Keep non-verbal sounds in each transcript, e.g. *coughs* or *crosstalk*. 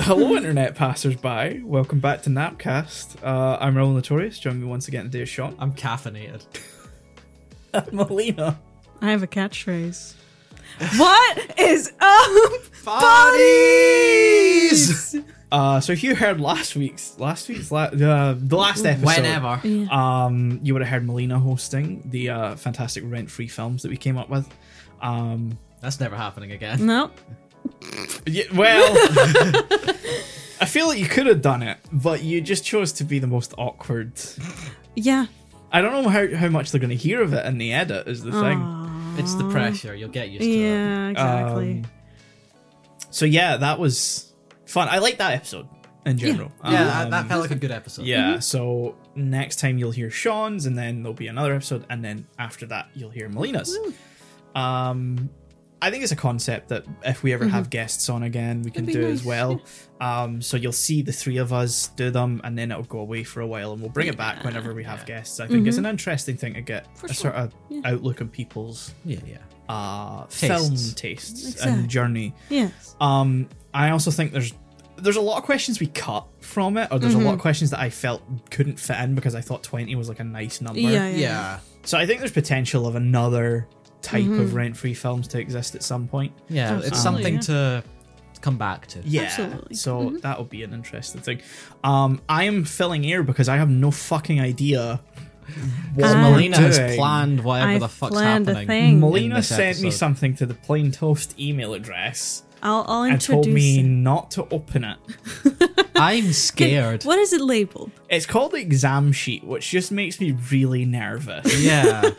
Hello, internet passersby. Welcome back to Napcast. Uh, I'm Raul Notorious. Join me once again today is *laughs* Sean. I'm caffeinated. I'm Molina. I have a catchphrase. what is up? Bodies! Uh, so if you heard last week's last week's la- uh, the last episode, Whenever. Yeah. um, you would have heard Molina hosting the uh, fantastic rent-free films that we came up with. Um, That's never happening again. No. yeah, well, I feel like you could have done it, but you just chose to be the most awkward. Yeah. I don't know how, how much they're going to hear of it in the edit is the Ah. thing. Aw. It's the pressure. You'll get used to it. Yeah, exactly. Um, so yeah, that was fun. I like that episode in general. Yeah, Um, that, that felt like a good episode. yeah. So next time you'll hear Sean's, and then there'll be another episode, and then after that you'll hear Melina's. Um, I think it's a concept that if we ever have guests on again, we can be do as nice, well. Um, so you'll see the three of us do them, and then it'll go away for a while, and we'll bring it back whenever we have guests. I think it's an interesting thing to get a sort of outlook on people's Yeah, yeah. uh, film tastes Exactly. and journey. Yes. Um, I also think there's there's a lot of questions we cut from it, or there's Mm-hmm. a lot of questions that I felt couldn't fit in because I thought twenty was like a nice number. Yeah, Oh, yeah. Yeah. yeah. Yeah. So I think there's potential of another type Mm-hmm. of rent-free films to exist at some point. It's Absolutely, something yeah. to come back to. Yeah. Absolutely. Mm-hmm. So that'll be an interesting thing. Um, I am filling air because I have no fucking idea. What Um, we're Melina has doing. planned whatever I've the fuck's planned a happening. thing. in Melina this sent me episode. something to the plain toast email address I'll, I'll and introduce. told me it. not to open it. *laughs* I'm scared. What is it labeled? It's called the exam sheet, which just makes me really *laughs* nervous. *laughs* yeah.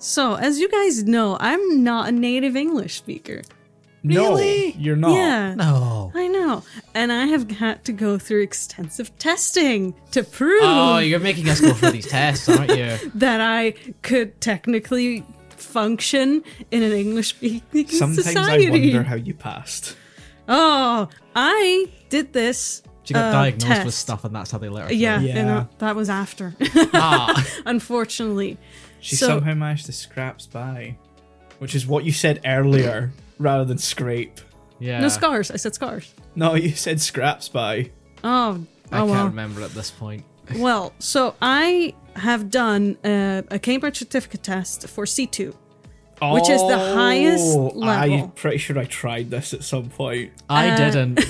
So, as you guys know, I'm not a native English speaker. No, you're not. Yeah. No. I know. And I have had to go through extensive testing to prove Oh, you're making us go through these tests, aren't you? that I could technically function in an English speaking Sometimes society. I wonder how you passed. Oh, I did this. She got uh, diagnosed with test. stuff, and that's how they let her. Yeah, Yeah. and, uh, that was after, *laughs* through. Ah. unfortunately. She So- somehow managed to scraps by, which is what you said earlier, rather than scrape. *laughs* Yeah. No scars. I said scars. No, *laughs* you said scraps by. Oh, I oh can't well. remember at this point. Well, so I have done uh, a Cambridge certificate test for C2. Which is the highest Oh, I'm level. pretty sure I tried this at some point. I Uh, *laughs* didn't.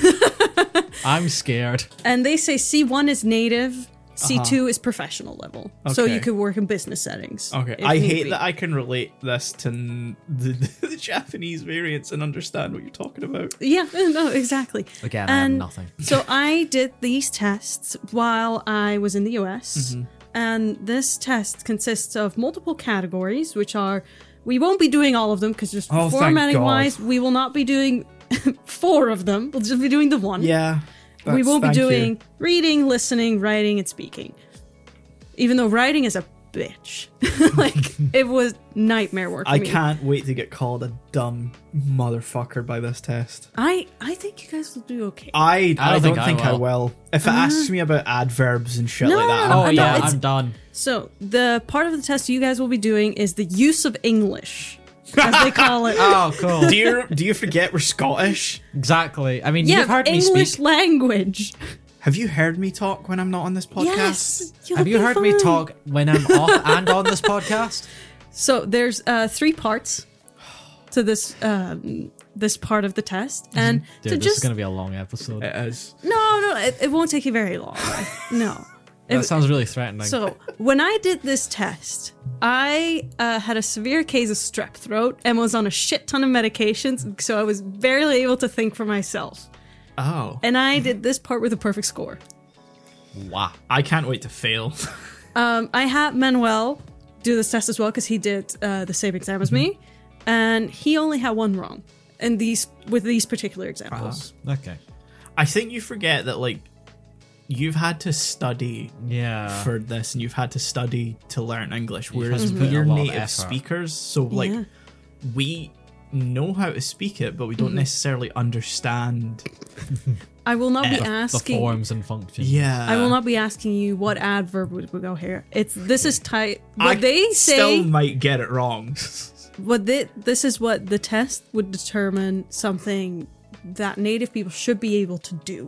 I'm scared. And they say C1 is native, C2 is professional level. So Uh-huh. Okay. you could work in business settings. Okay, if I need hate be. that I can relate this to n- *laughs* the, the Japanese variants and understand what you're talking about. Yeah, *laughs* no, exactly. Again, I have And nothing. so I did these tests while I was in the US. Mm-hmm. And this test consists of multiple categories, which are we won't be doing all of them because just Oh, thank formatting God. wise, we will not be doing *laughs* four of them. We'll just be doing the one. Yeah, we that's- will be thank you. doing reading, listening, writing, and speaking. Even though writing is a bitch. *laughs* like, it was nightmare work. For I me. can't wait to get called a dumb motherfucker by this test. I, I think you guys will do okay. I, I, don't think, I, will. will. If it asks me about adverbs and shit Uh-huh. No, like that, no, I'm Oh I done. yeah, it's- I'm *laughs* done. So the part of the test you guys will be doing is the use of English, as they *laughs* call it. Oh, cool. do you do you forget we're Scottish? exactly. I mean, yeah, you've heard English me speak. language. Have you heard me talk when I'm not on this podcast? Yes. you'll Have you be heard me fine. talk when I'm *laughs* off and on this podcast? So there's uh, three parts to this um, this part of the test, and Mm-hmm. Dude, this to is just Uh, going to be a long episode. It is. no, no, it, it won't take you very long. no. that sounds really threatening. uh, So when I did this test, I uh, had a severe case of strep throat and was on a shit ton of medications, so I was barely able to think for myself. Oh, And I did this part with a perfect score. wow. I can't wait to fail. *laughs* Um, I had Manuel do this test as well because he did uh, the same exam as me, Mm-hmm. and he only had one wrong. And these with these particular Uh-huh. examples, Okay. I think you forget that like you've had to study Yeah. for this, and you've had to study to learn English, had whereas to put in we're a lot of native effort. speakers. So like Yeah. we know how to speak it, but we Mm-hmm. don't necessarily understand. I will not be The- the the asking. forms and functions. Yeah, I will not be asking you what adverb would would go here. It's this is tight. What I they say. still might get *laughs* it wrong. what they, this is what the test would determine something that native people should be able to *laughs* do.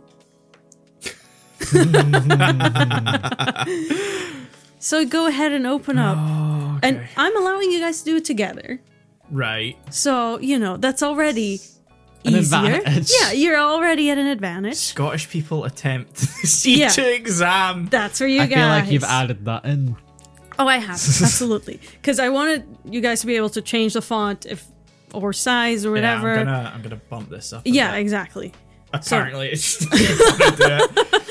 so go ahead and open up. Oh, okay. And I'm allowing you guys to do it together. right. So, you know, that's already An easier. advantage. Yeah, you're already at an advantage. Scottish people attempt *laughs* C2 exam. That's where you I guys. feel like you've added that in. Oh, *laughs* I have absolutely because I wanted you guys to be able to change the font if or size or Yeah, whatever. I'm gonna I'm gonna bump this up. a Yeah, bit. exactly. apparently it's. *laughs* I'm gonna *laughs* do it.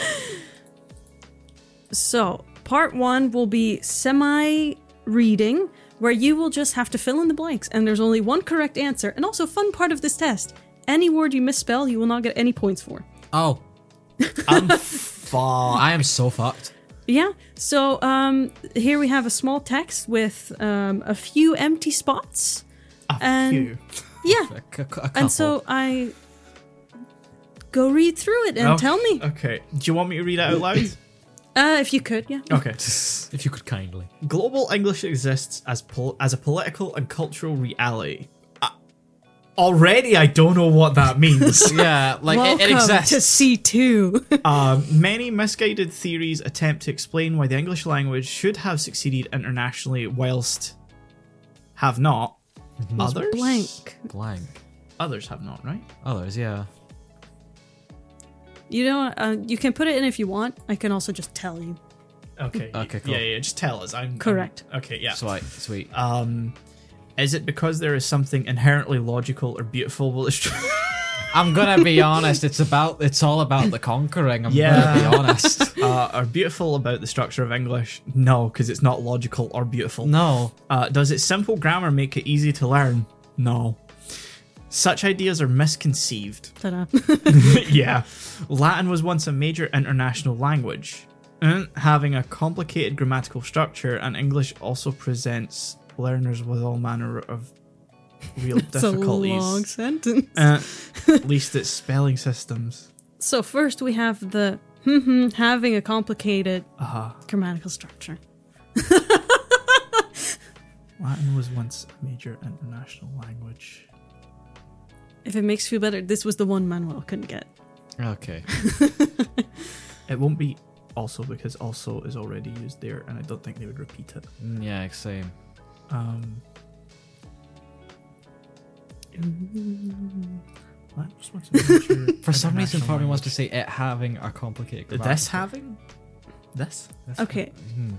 So part one will be semi reading, where you will just have to fill in the blanks, and there's only one correct answer. And also, fun part of this test: any word you misspell, you will not get any points for. Oh, I'm far. I am so fucked. Yeah. So um, here we have a small text with um, a few empty spots. Phew. and yeah, A cou- a couple. and so I go read through it and Oh, tell me Okay. Do you want me to read it out loud? *laughs* uh, if you could. Oh. Yeah. Okay. if you could kindly. *laughs* Global English exists as pol- as a political and cultural reality. I- already, I don't know what that *laughs* means. Yeah, like it, it Welcome exists. to C two. *laughs* Um, many misguided theories attempt to explain why the English language should have succeeded internationally, whilst have not. Others Blank. Oh, Blank. Others have not, right? Others, yeah. You know, uh, you can put it in if you want. I can also just tell you. Okay. Okay, cool. Yeah, yeah. Just tell us. I'm I'm- Correct. okay. Yeah. Sweet, sweet. Um, is it because there is something inherently logical or beautiful? Well, it's true. I'm gonna be honest. It's about. It's all about the conquering. I'm Yeah. gonna be honest. uh, are beautiful about the structure of English? No, because it's not logical or beautiful. No. Uh, does its simple grammar make it easy to learn? No. Such ideas are *laughs* misconceived. Ta-da. yeah. Latin was once a major international language. Mm, having a complicated grammatical structure, and English also presents learners with all manner of real *laughs* it's a long difficulties. sentence. Uh, *laughs* at least it's spelling systems. so first we have the hmm having a complicated Uh, grammatical structure. Latin was once a major international language. If it makes you feel better, this was the one Manuel couldn't get. Okay. It won't be also because also is already used there, and I don't think they would repeat it. Mm, Yeah. Same. Um, Latin was once a *laughs* major Mm-hmm. For some reason, international part of me wants to language. say it having a complicated. grammatical- This having? This? Okay,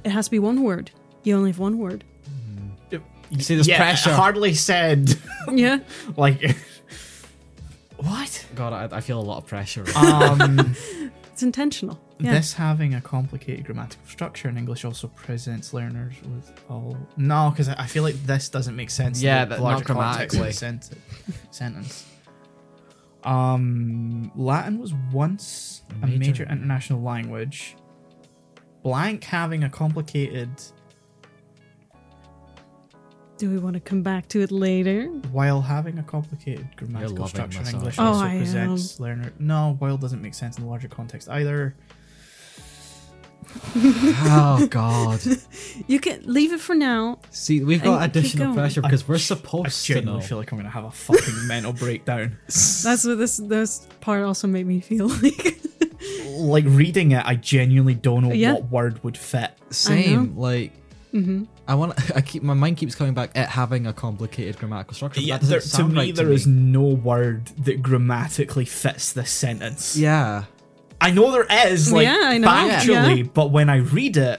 it has to be one word. You only have one *laughs* word. Mm-hmm. see, there's yeah, pressure. Hardly said. *laughs* Yeah. like. *laughs* what? God, I, I feel a lot of pressure. Um, It's intentional. Yeah. This having a complicated grammatical structure in English also presents learners with all. No, because I I feel like this doesn't make sense. in Yeah, the that- larger not context of the sent- sentence. Um, Latin was once a major. Major. international language. Blank having a complicated Do we want to come back to it later? while having a complicated grammatical loving structure in myself. English Oh, also I am. presents learner. No, while doesn't make sense in the larger context either. oh God. You can leave it for now. See, we've And got keep additional going. pressure because we're I supposed to know. genuinely feel like I'm gonna have a fucking *laughs* mental breakdown. That's what this this part also made me feel *laughs* like. like reading it, I genuinely don't know Yeah. what word would fit. Same. Like. Mm-hmm. I want. I keep my mind keeps coming back at having a complicated grammatical structure. but Yeah, that doesn't there, to sound me, there right is to me. no word that grammatically fits this sentence. Yeah. I know there is, like Yeah, I know. factually, Yeah. but when I read it,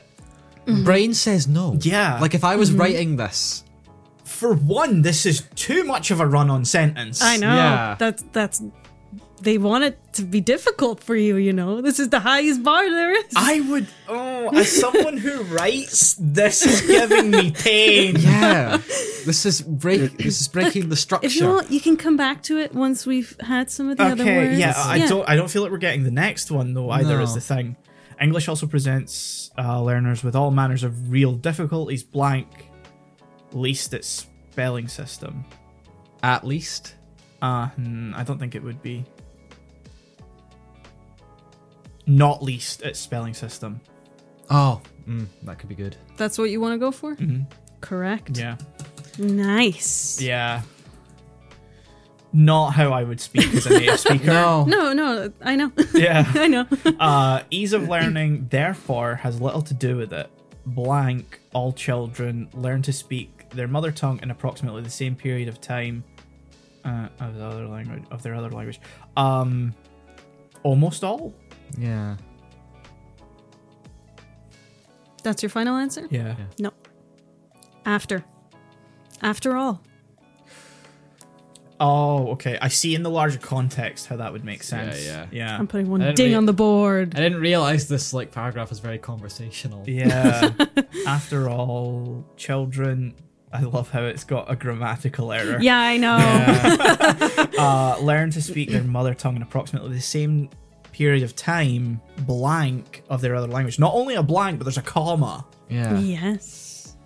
Mm-hmm. Brain says no. Yeah. Like if I was writing this, for one, this is too much of a run-on sentence. I know. Yeah. That's that's they want it to be difficult for you, you know. This is the highest bar there is. I would. Oh, as someone who writes, this is giving *laughs* me pain. yeah, this is break. This is breaking the structure. if you want, you can come back to it once we've had some of the other Okay, words. yeah, I I don't. I don't feel like we're getting the next one though. Either is No. the thing. English also presents uh, learners with all manners of real difficulties. Blank, least its spelling system. At least. Uh, hmm, I don't think it would be. Not least its spelling system. Oh, mm, that could be good. That's what you want to go for? Correct. Mm-hmm. Yeah. Nice. Yeah. not how I would speak as a *laughs* native speaker. No. No, no, I know. *laughs* Yeah. I know. Uh, ease of learning, therefore, has little to do with it. Blank, all children learn to speak their mother tongue in approximately the same period of time uh, of the other language of their other language. Um, almost all. Yeah. That's your final answer? Yeah. Yeah. No. After. After all. Oh, okay. I see in the larger context how that would make sense. yeah. Yeah. I'm putting one I didn't ding read- on the board. I didn't realize this like paragraph was very conversational. *laughs* Yeah. After all, children. I love how it's got a grammatical error. Yeah, I know. uh, learn to speak their mother tongue in approximately the same period of time, blank of their other language. Not only a blank, but there's a comma. Yeah. *laughs* Yes.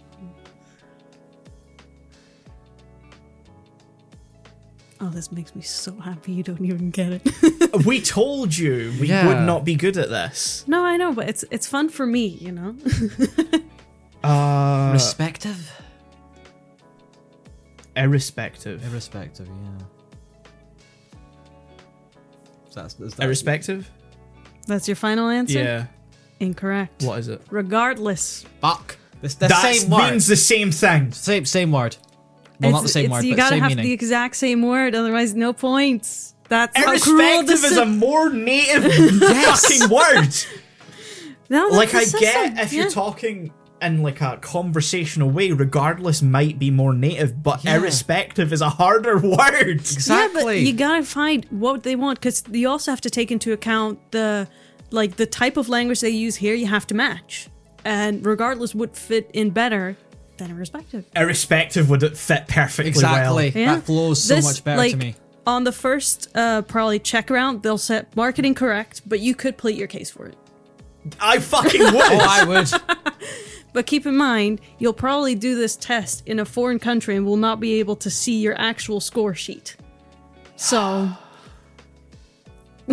Oh, this makes me so happy you don't even get it. *laughs* We told you we Yeah. would not be good at this. no, I know, but it's it's fun for me, you know. *laughs* Uh, Respective. irrespective. Irrespective. Yeah. So that's, that's irrespective? That's your final answer? Yeah. Incorrect. What is it? Regardless. Fuck. This the that same word. means the same thing. Same same word. Well, not the It's- same it's- word, You but gotta same have meaning. the exact same word, otherwise no points. That's how cruel Irrespective this is a more *laughs* native fucking word. No, that's Like the I system. get if Yeah. you're talking in like a conversational way, regardless might be more native, but Yeah. irrespective is a harder *laughs* word. exactly. Yeah, but you gotta find what they want because you also have to take into account the like the type of language they use here. You have to match, and regardless, would fit in better than a respective. irrespective would it fit perfectly exactly. well. Yeah, That flows so This, much better like, to *laughs* me. On the first uh, probably check round, they'll set marketing correct, but you could plead your case for it. I fucking *laughs* would. Oh, I would. But keep in mind, you'll probably do this test in a foreign country and will not be able to see your actual score sheet. So. *laughs*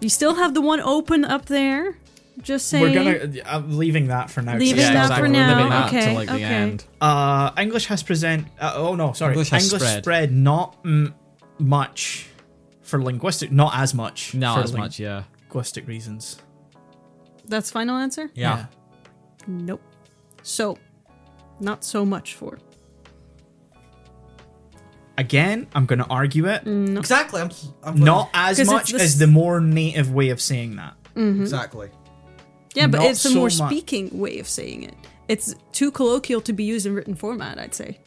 you still have the one open up there. Just saying. We're gonna. I'm leaving that for now. 'cause Leaving it's that not for worth now. living that. Limiting that okay, to like the okay. end. Uh, English has present. Uh, oh no, sorry. English English, has spread. spread. not mm, much for linguistic. Not as much. Not for as much. Yeah. linguistic reasons. That's final answer? Yeah. Nope. So, not so much for. Again, I'm gonna argue it. Exactly. I'm. I'm Not as Mm. 'Cause it's much the as s- the more native way of saying that. Exactly. Yeah, but Not it's a so more much. speaking way of saying it. It's too colloquial to be used in written format, I'd say.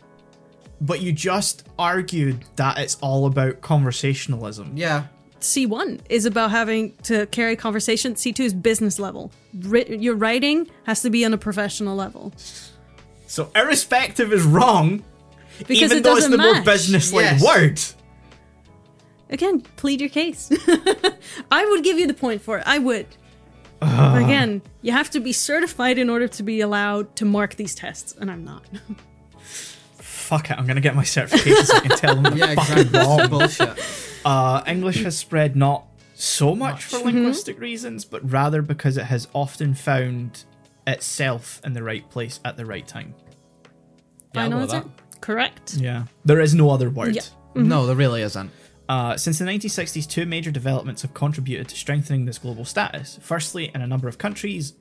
But you just argued that it's all about conversationalism. Yeah. C1 is about having to carry conversation. C2 is business level. Writ- your writing has to be on a professional level So irrespective is wrong, because even it though it's doesn't the more match. business-like Yes. word. Again, plead your case. *laughs* I would give you the point for it. I would. Uh. But again, you have to be certified in order to be allowed to mark these tests, and I'm not. *laughs* fuck it, I'm gonna get my certifications so I can tell them *laughs* the Yeah. fucking Exactly. wrong. Bullshit. *laughs* Uh, English has spread not so much, for linguistic reasons, but rather because it has often found itself in the right place at the right time. Yeah, I'll Final go with answer? Correct. Yeah. There is no other word. Yeah. No, there really isn't. Uh, since the 1960s, two major developments have contributed to strengthening this global status. Firstly, in a number of countries,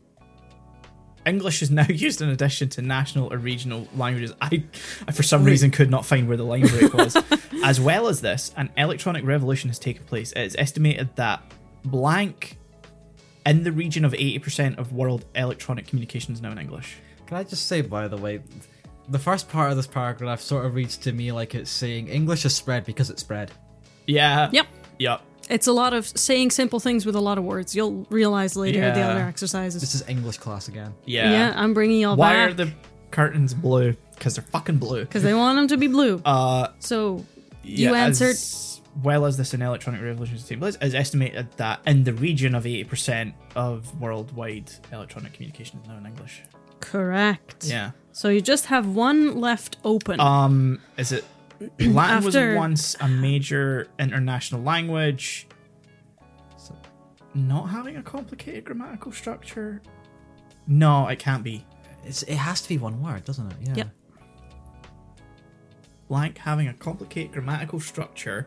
English is *laughs* now used in addition to national or regional languages. I, I for some reason, could not find where the line break was. as well as this, an electronic revolution has taken place. It is estimated that blank in the region of 80% of world electronic communication is now in English. Can I just say, by the way, the first part of this paragraph sort of reads to me like it's saying English is spread because it spread. Yeah. Yep. Yep. It's a lot of saying simple things with a lot of words. You'll realize later the Yeah. other exercises. This is English class again. Yeah. I'm bringing y'all Why back are the curtains blue? Because they're fucking blue. because they want them to be blue. Uh, so You as answered- well as this in electronic revolution table is is estimated that in the region of 80% of worldwide electronic communication is now in english correct. yeah So you just have one left open. um is it latin After- was once a major international language So- not having a complicated grammatical structure no it can't be It's, it has to be one word, doesn't it? Yeah. Yep. blank having a complicated grammatical structure,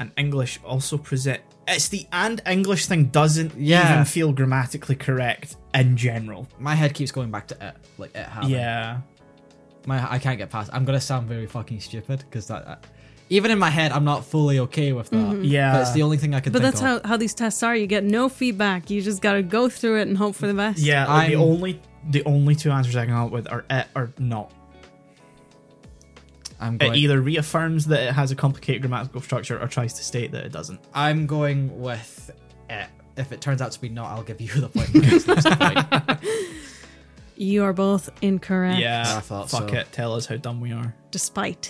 and English also present. It's the and English thing doesn't Yeah. even feel grammatically correct in general. My head keeps going back to it, like it happened. Yeah, my I can't get past. I'm gonna sound very fucking stupid because that, that- even in my head, I'm not fully okay with that. Yeah. but it's the only thing I could. Mm-hmm. But think that's of. how, how these tests are. You get no feedback. You just gotta go through it and hope for the best. yeah. like, the I'm- only the only two answers I can come up with are it or not. I'm It going. either reaffirms that it has a complicated grammatical structure or tries to state that it doesn't. I'm going with it. If it turns out to be not, I'll give you the point. *laughs* Because that's the point. You are both incorrect. Yeah, I thought fuck so. it. Tell us how dumb we are. Despite.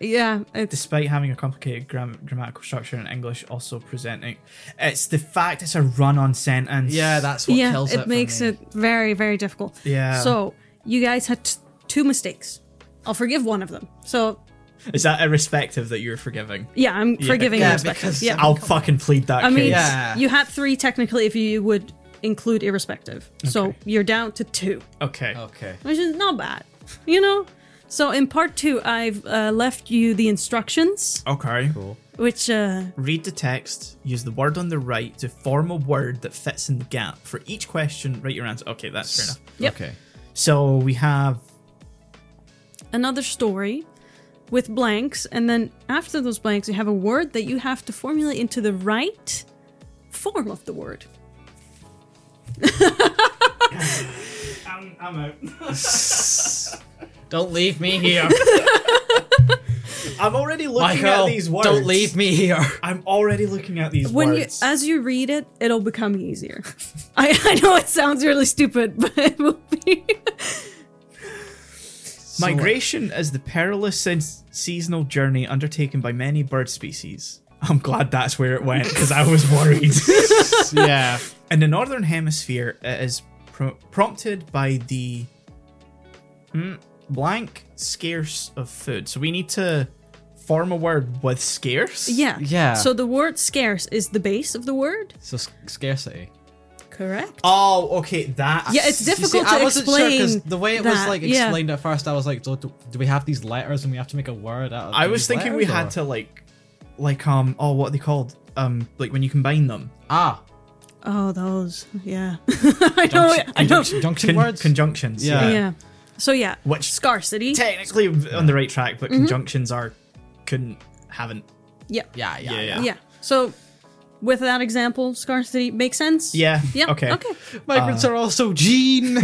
Yeah, it's despite having a complicated gram- grammatical structure in English, also presenting. It's the fact it's a run-on sentence. yeah, that's what yeah, kills it. it makes it very very difficult. Yeah. So you guys had t- two mistakes. I'll forgive one of them. So is that irrespective that you're forgiving? yeah, I'm forgiving Yeah, irrespective. because- yeah, I'll fucking plead that I mean, case. Yeah. you had three technically if you would include irrespective. So Okay. you're down to two, Okay. Okay. which is not bad, you know. So in part two, I've uh, left you the instructions, Okay. Cool. which uh, Read the text. Use the word on the right to form a word that fits in the gap. For each question, write your answer. Okay, that's fair enough. Yep. Okay. So we have another story with blanks, and then after those blanks, you have a word that you have to formulate into the right form of the word. I'm, I'm out. Don't leave me *laughs* here, I'm already looking Michael. at these words. Don't leave me here. I'm already looking at these When you, words. as you read it, it'll become easier. *laughs* I, I know it sounds really stupid, *laughs* but it will be. Migration is the perilous and seasonal journey undertaken by many bird species. I'm glad that's where it went because I was *laughs* worried. *laughs* *laughs* yeah. In the northern hemisphere, it is pro- prompted by the Hmm, blank scarce of food. So we need to form a word with scarce. Yeah. Yeah. So the word scarce is the base of the word. So s- scarcity. Correct. Oh, okay. That. Yeah, it's You difficult see, to I wasn't sure explain. 'cause the way it was that. like Yeah. explained at first, I was like, do, do, do we have these letters and we have to make a word out of? I was these thinking we letters, had or- to like, like um, oh, what are they called? Um, like when you combine them, ah Oh, those. Yeah. *laughs* I know. it- junction, I know. junction, Con- junction words. conjunctions. Yeah. Yeah. So yeah. Which- scarcity? technically on the right track, Mm-hmm. but conjunctions are couldn't haven't. yeah. yeah, yeah, Yeah, yeah, yeah. Yeah. So with that example, scarcity makes sense. Yeah. Yeah. Okay. Okay. Migrants are also gene.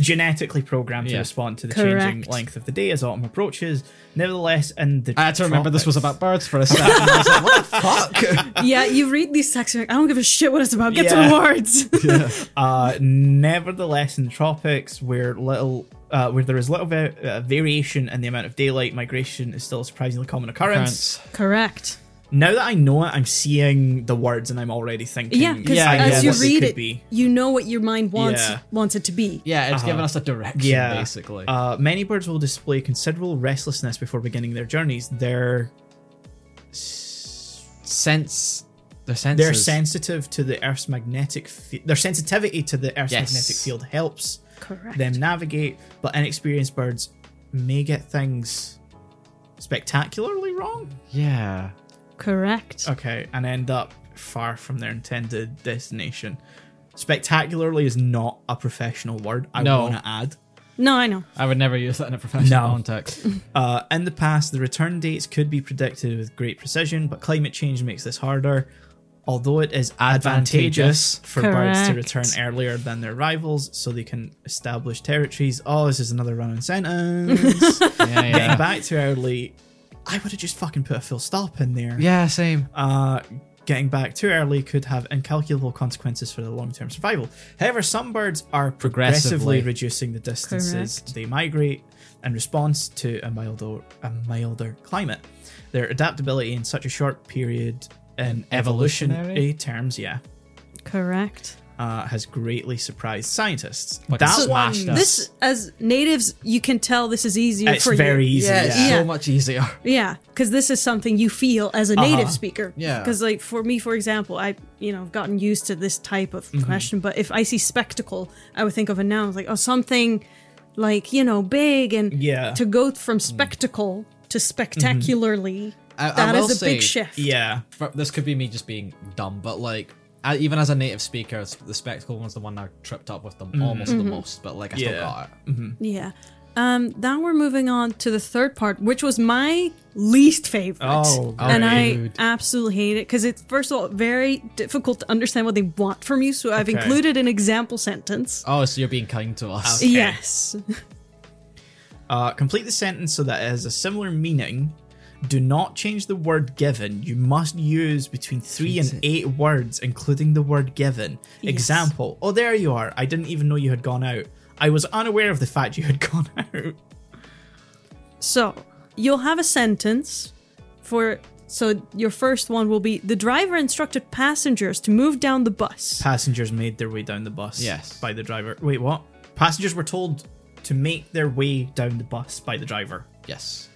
Genetically programmed to Yeah. respond to the changing Correct. length of the day as autumn approaches. Nevertheless, in the I had to remember this was tropics- about birds for a *laughs* second. I was like, what the fuck? Yeah. You read these texts. you're like, I don't give a shit what it's about. Get to *laughs* Yeah. the words. Uh, nevertheless, in the tropics, where little, uh, where there is little va- uh, variation in the amount of daylight, migration is still a surprisingly common occurrence. Parents. Correct. Now that I know it, I'm seeing the words, and I'm already thinking. Yeah. Because Yeah, I know as you what they read could it, be. you know what your mind wants Yeah. wants it to be. Yeah, it's given us a direction Uh-huh. Yeah. basically. Uh, many birds will display considerable restlessness before beginning their journeys. Their Sense their senses. they're sensitive to the Earth's magnetic. Fe- their sensitivity to the Earth's Yes. magnetic field helps Correct. them navigate, but inexperienced birds may get things spectacularly wrong. Yeah. Correct. Okay, and end up far from their intended destination. Spectacularly is not a professional word. I No. want to add. No, I know. I would never use that in a professional No. context. Uh, in the past, the return dates could be predicted with great precision, but climate change makes this harder. Although it is advantageous Advantageous. for birds to Correct. return earlier than their rivals so they can establish territories. Oh, this is another run on *laughs* sentence. Yeah, Getting yeah. back too early, I would have just fucking put a full stop in there. yeah, same. Uh, getting back too early could have incalculable consequences for their long term survival. However, some birds are progressively Progressively. reducing the distances Correct. they migrate in response to a milder, a milder climate. Their adaptability in such a short period in evolutionary, Evolutionary? terms, yeah. Correct. uh, has greatly surprised scientists. Fucking that smashed one, us. This, as natives, you can tell this is easier it's for very you. easy. Yeah, it's yeah. so much easier. Yeah, because this is something you feel as a native Uh-huh. speaker. Yeah. Because, like, for me, for example, I, you know, I've gotten used to this type of Mm-hmm. question, but if I see spectacle, I would think of a noun, like, oh, something like, you know, big and Yeah. to go from spectacle to spectacularly, I- I *laughs* that will is a say- big shift. Yeah. For- This could be me just being dumb, but like, I, even as a native speaker, s- the spectacle one's the one I tripped up with the, almost Mm-hmm. the most, but like, I still Mm. Yeah. got it. Mm-hmm. Yeah. Um, now we're moving on to the third part, which was my least favorite. Oh, and I great. absolutely hate it because it's first of all very difficult to understand what they want from you. So I've Okay. included an example sentence. Oh, so you're being kind to us. Okay. Yes. Uh, complete the sentence so that it has a similar meaning. Do not change the word given. You must use between three and Jesus. eight words, including the word given. Yes. Example. Oh, there you are. I didn't even know you had gone out. I was unaware of the fact you had *laughs* gone out. So you'll have a sentence for. So your first one will be the driver instructed passengers to move down the bus. Passengers made their way down the bus. Yes. By the driver. Wait, what? Passengers were told to make their way down the bus by the driver. Yes.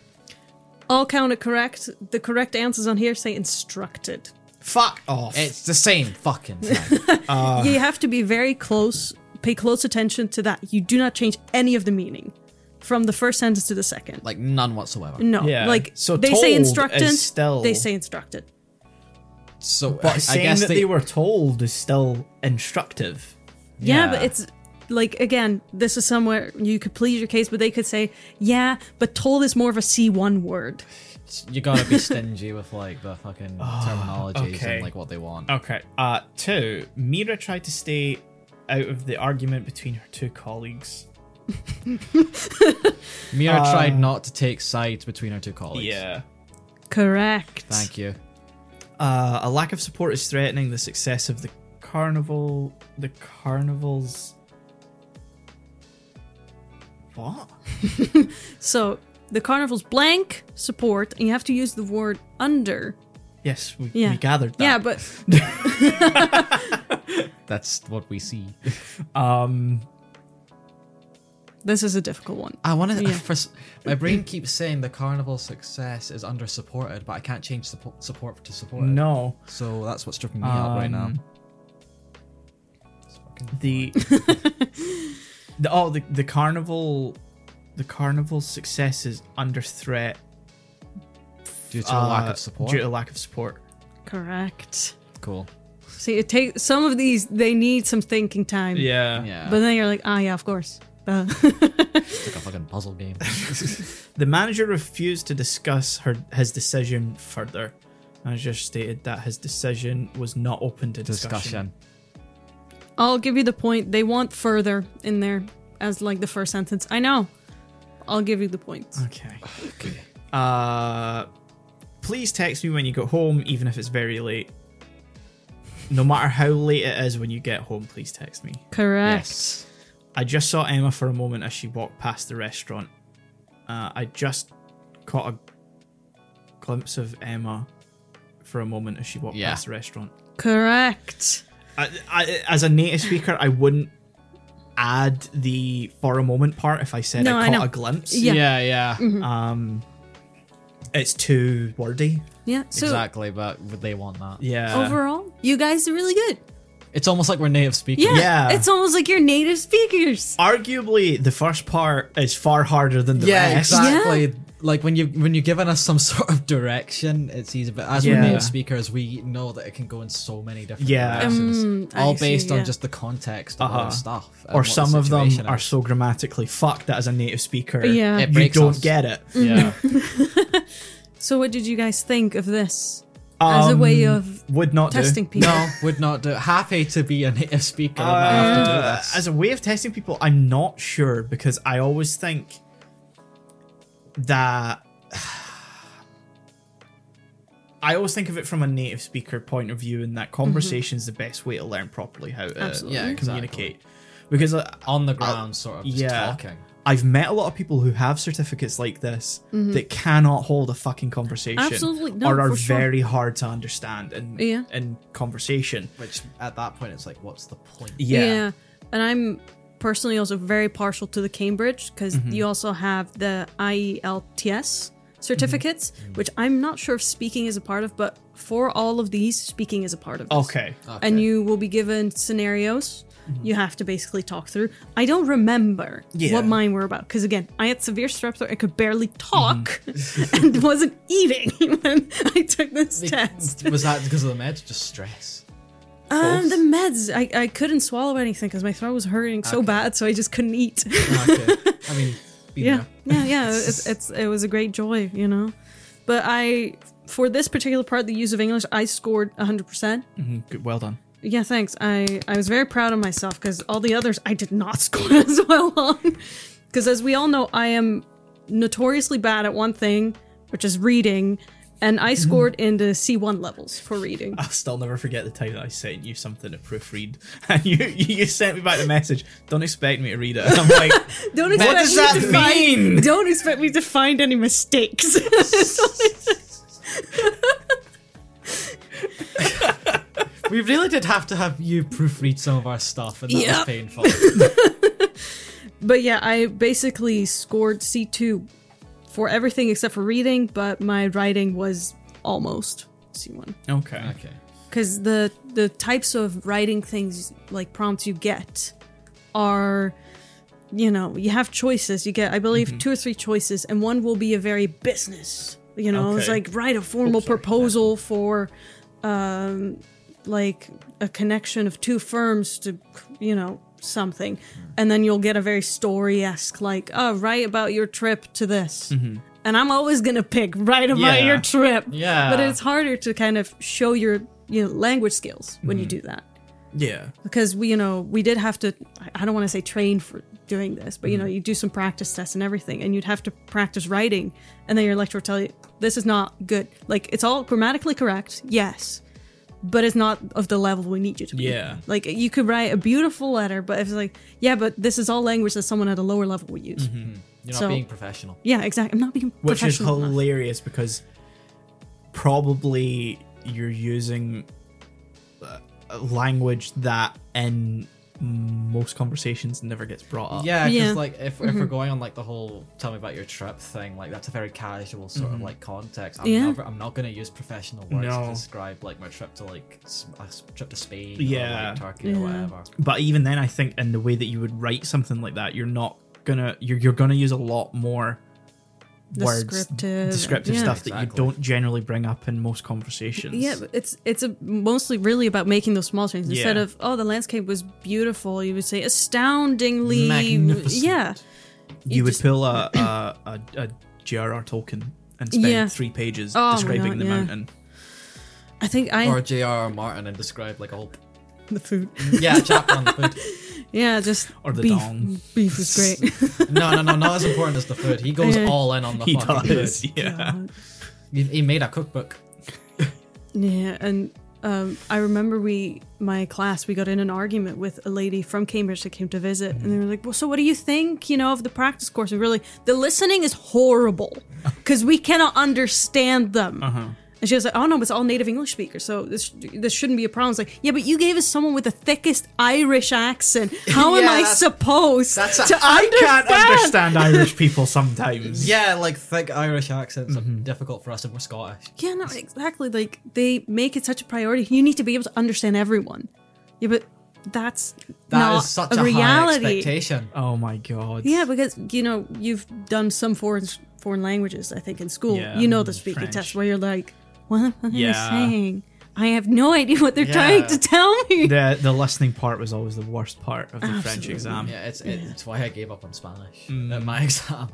All counted correct. The correct answers on here say instructed. Fuck off. It's the same fucking thing. *laughs* Ah. you have to be very close, pay close attention to that. You do not change any of the meaning from the first sentence to the second. like, none whatsoever. No, Yeah, like so they told say is instructed, still- they say instructed. So, but I saying guess that they... were told is still instructive. Yeah. Yeah. but it's like again, this is somewhere you could plead your case, but they could say, yeah, but told is more of a C one word. you gotta be stingy with like the fucking terminologies Ah, okay. and like what they want. Okay. Uh, two. Mira tried to stay out of the argument between her two colleagues. Mira tried not to take sides between her two colleagues. Um, Yeah. Correct. Thank you. Uh, a lack of support is threatening the success of the carnival. The carnival's. What? So the carnival's blank support, and you have to use the word under. Yes, we, Yeah. we gathered that. Yeah, but *laughs* That's what we see. Um. this is a difficult one. I want to. Yeah. my brain keeps saying the carnival success is under supported, but I can't change suppo- support to support. No. So that's what's tripping me out right now. Um, It's fucking- *laughs* The. the oh the the carnival, the carnival's success is under threat Due to a lack uh, of support. Due to lack of support. Correct. cool. See, it takes some of these. They need some thinking time. Yeah. Yeah. But then you're like, ah, yeah, of course. *laughs* Duh. it's like a fucking puzzle game. The manager refused to discuss her his decision further. Manager stated that his decision was not open to *laughs* discussion. Discussion. I'll give you the point. They want further in there as like the first sentence. I know. I'll give you the points. Okay. Uh, please text me when you get home, even if it's very late. No matter how late it is when you get home, please text me. Correct. Yes. I just saw Emma for a moment as she walked past the restaurant. Uh, I just caught a glimpse of Emma for a moment as she walked Yeah. past the restaurant. Correct. I, I, as a native speaker, I wouldn't add the for a moment part if I said No, I I caught know. a glimpse. Yeah. Mm-hmm. Yeah. Yeah. Um, it's too wordy. Yeah. So exactly. But would they want that? Yeah. overall, you guys are really good. It's almost like we're native speakers. Yeah. Yeah. It's almost like you're native speakers. Arguably, the first part is far harder than the yeah rest. exactly like when you when you're giving us some *laughs* sort of direction it's easy but as Yeah. we're native speakers we know that it can go in so many different Yeah. directions Mm, I all see, based on yeah. just the context of Uh-huh. other stuff and Or what the some of them situation are is. so grammatically fucked that as a native speaker, Yeah. It you breaks don't us. get it. *laughs* yeah So what did you guys think of this as a way Um, of would not do. testing people? no would not do happy to be a native speaker and not have to do Uh, this as a way of testing people, I'm not sure because I always think that *sighs* I always think of it from a native speaker point of view, and that conversation is the best way to learn properly how to Mm-hmm. Absolutely. Yeah, exactly. communicate. Because uh, on the ground sort of just yeah. talking I've met a lot of people who have certificates like this that cannot hold a fucking conversation, Mm-hmm. Absolutely, no, or are for sure. very hard to understand in Yeah. in conversation. Which at that point, it's like, what's the point? Yeah, And I'm personally also very partial to the Cambridge because Mm-hmm. you also have the IELTS certificates, Mm-hmm. which I'm not sure if speaking is a part of, but for all of these, speaking is a part of this. okay, Mm-hmm. Okay. And you *laughs* will be given scenarios you have to basically talk through. I don't remember Yeah. what mine were about because, again, I had severe strep throat. I could barely Mm-hmm. talk *laughs* and wasn't eating *laughs* when I took this test. Was that because of the meds? Just *laughs* stress. Um, the meds. I, I couldn't swallow anything because my throat was hurting so Okay. bad, so I just *laughs* couldn't eat. Okay. I mean, been yeah, there. yeah, yeah. It's, it's it was a great joy, you know. But I, for this particular part, the use of English, I scored hundred percent. Mhm, good, well done. Yeah, thanks. I I was very proud of myself because all the others I did not *laughs* score as well on. Because as we all know, I am notoriously bad at one thing, which is reading, and I Mm-hmm. scored into C one levels for *laughs* reading. I'll still never forget the time that I sent you something to proofread, *laughs* and you you sent me back the message. Don't expect me to read it. And I'm like, *laughs* Don't expect does me that to find- mean? *laughs* Don't expect me to find any mistakes. We really did have to have you proofread some of our stuff, and that Yeah. was painful. That's but yeah, I basically scored C two for everything except for reading, but my writing was almost C one. okay, okay. *laughs* because the the types of writing things like prompts you get are you know you have choices you get i believe Mm-hmm. two or three choices and one will be a very business you know it's Okay. like write a formal proposal for um like a connection of two firms to you know something Mm. and then you'll get a very story-esque like oh write about your trip to this and i'm always gonna pick write about Mm-hmm. Yeah. your trip Yeah. but it's harder to kind of show your you know, language skills when Mm-hmm. you do that yeah, because we you know we did have to I- I don't want to say train for doing this, but you Mm-hmm. know you do some practice tests and everything, and you'd have to practice writing, and then your lecturer would tell you this is not good. Like it's all grammatically correct, yes, but it's not of the level we need you to be. Yeah. like you could write a beautiful letter, but if it's like yeah, but this is all language that someone at a lower level would use. You're not So- being professional. Yeah, exactly. I'm not being Mm-hmm. which is professional. enough. hilarious because probably you're using uh, a language that in most conversations never gets brought up. Yeah, because Yeah. Mm-hmm. like if, if we're going on like the whole tell me about your trip thing, like that's a very casual sort of like context. I'm, Yeah. never, I'm not going to use professional words Mm-hmm. No. to describe like my trip to like s- a s- trip to Spain, or, Yeah. like, Turkey, Yeah. or whatever. But even then, I think in the way that you would write something like that, you're not gonna you're, you're gonna use a lot more words, Descriptive. descriptive Uh, Yeah. stuff that you Exactly. don't generally bring up in most conversations. Yeah, but it's it's a, mostly really about making those small changes instead Yeah. of oh the landscape was beautiful. You would say astoundingly Magnificent. Yeah, you, you would just- pull *coughs* a a, a, a J.R.R. Tolkien and spend Yeah. three pages Oh my describing God, the yeah. mountain. I think I Or J.R.R. Martin and describe like a *laughs* whole the food. yeah chapter on the food. Yeah, just Or the beef. dong. Beef was *laughs* great. No, no, no, not as important as the food. He goes Yeah. all in on the He fucking does, food. *laughs* yeah. He, he made a cookbook. Yeah, and um, I remember we, my class, we got in an argument with a lady from Cambridge that came to visit, and they were like, "Well, so what do you think, you know, of the practice course?" And we we're like, "The listening is horrible because we cannot understand them." And she was like, "Oh no, but it's all native English speakers, so this this shouldn't be a problem." It's like, "Yeah, but you gave us someone with the thickest Irish accent. How am Yeah, I that's- supposed that's a- to I can't understand?" understand Irish people sometimes. Yeah, like thick Irish accents are Mm-hmm. difficult for us, and we're Scottish. Yeah, no, exactly. Like they make it such a priority. You need to be able to understand everyone. Yeah, but that's That is not such a, a, high reality. expectation. Oh my god. Yeah, because you know you've done some foreign foreign languages. I think in school, Yeah, you know the mm, speaking French. test where you're like, "What am I Yeah. saying? I have no idea what they're Yeah. trying to tell me." The the listening part was always the worst part of the French Absolutely. exam. Yeah, it's it's why I gave up on Spanish Mm. at my *laughs* exam.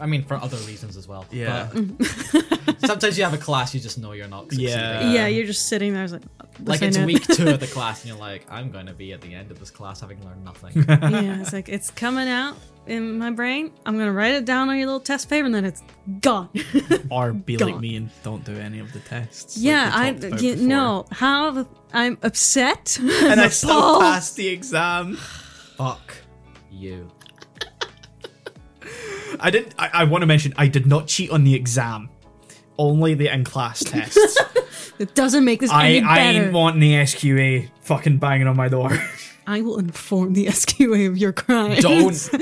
I mean, for other reasons as well. Yeah. but Mm-hmm. sometimes you have a class you just know you're not. Succeeding. Yeah. yeah, you're just sitting there. I was like, "Oh, this Like I it's know. week two of the class, and you're like, I'm going to be at the end of this class having learned nothing. *laughs* *laughs* yeah, it's like it's coming out in my brain. I'm gonna write it down on your little test paper, and then it's gone. Or be like God. me and don't do any of the tests. like Yeah, we talked I about you before. know how the- I'm upset *laughs* And I still *sighs* appalled. passed the exam. Fuck you. I didn't. I, I want to mention I did not cheat on the exam, only the in class *laughs* tests. It doesn't make this I any I better. ain't wanting the SQA fucking banging on my *laughs* door. I will inform the *laughs* SQA of your crime. Don't. *laughs*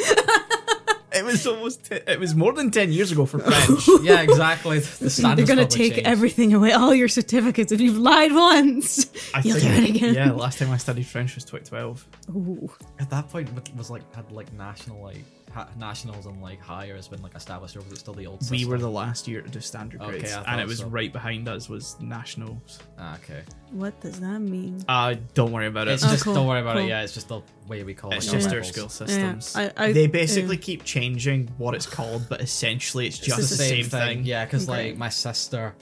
it was almost. T- it was more than ten years ago *laughs* for French. yeah, exactly. The *laughs* *laughs* They're standards gonna probably take changed. everything away, all your certificates. If you've lied once, I you'll think- do it again. Yeah, last time I studied French was 2012. Ooh. At that point, it was like had like national like ha- nationals and like higher has been like established, or was it still the old? System? We were the last year to do standard Okay, grades, I and it thought was so. right behind us was nationals. Ah, okay. What does that mean? Uh, don't worry about it. It's Oh, just cool, don't worry about cool. it. Yeah, it's just the way we call It's it. just Yeah. our levels. school systems. I- I- they basically keep changing what it's called, but essentially it's just It's the same, thing. Yeah, because Okay. like my sister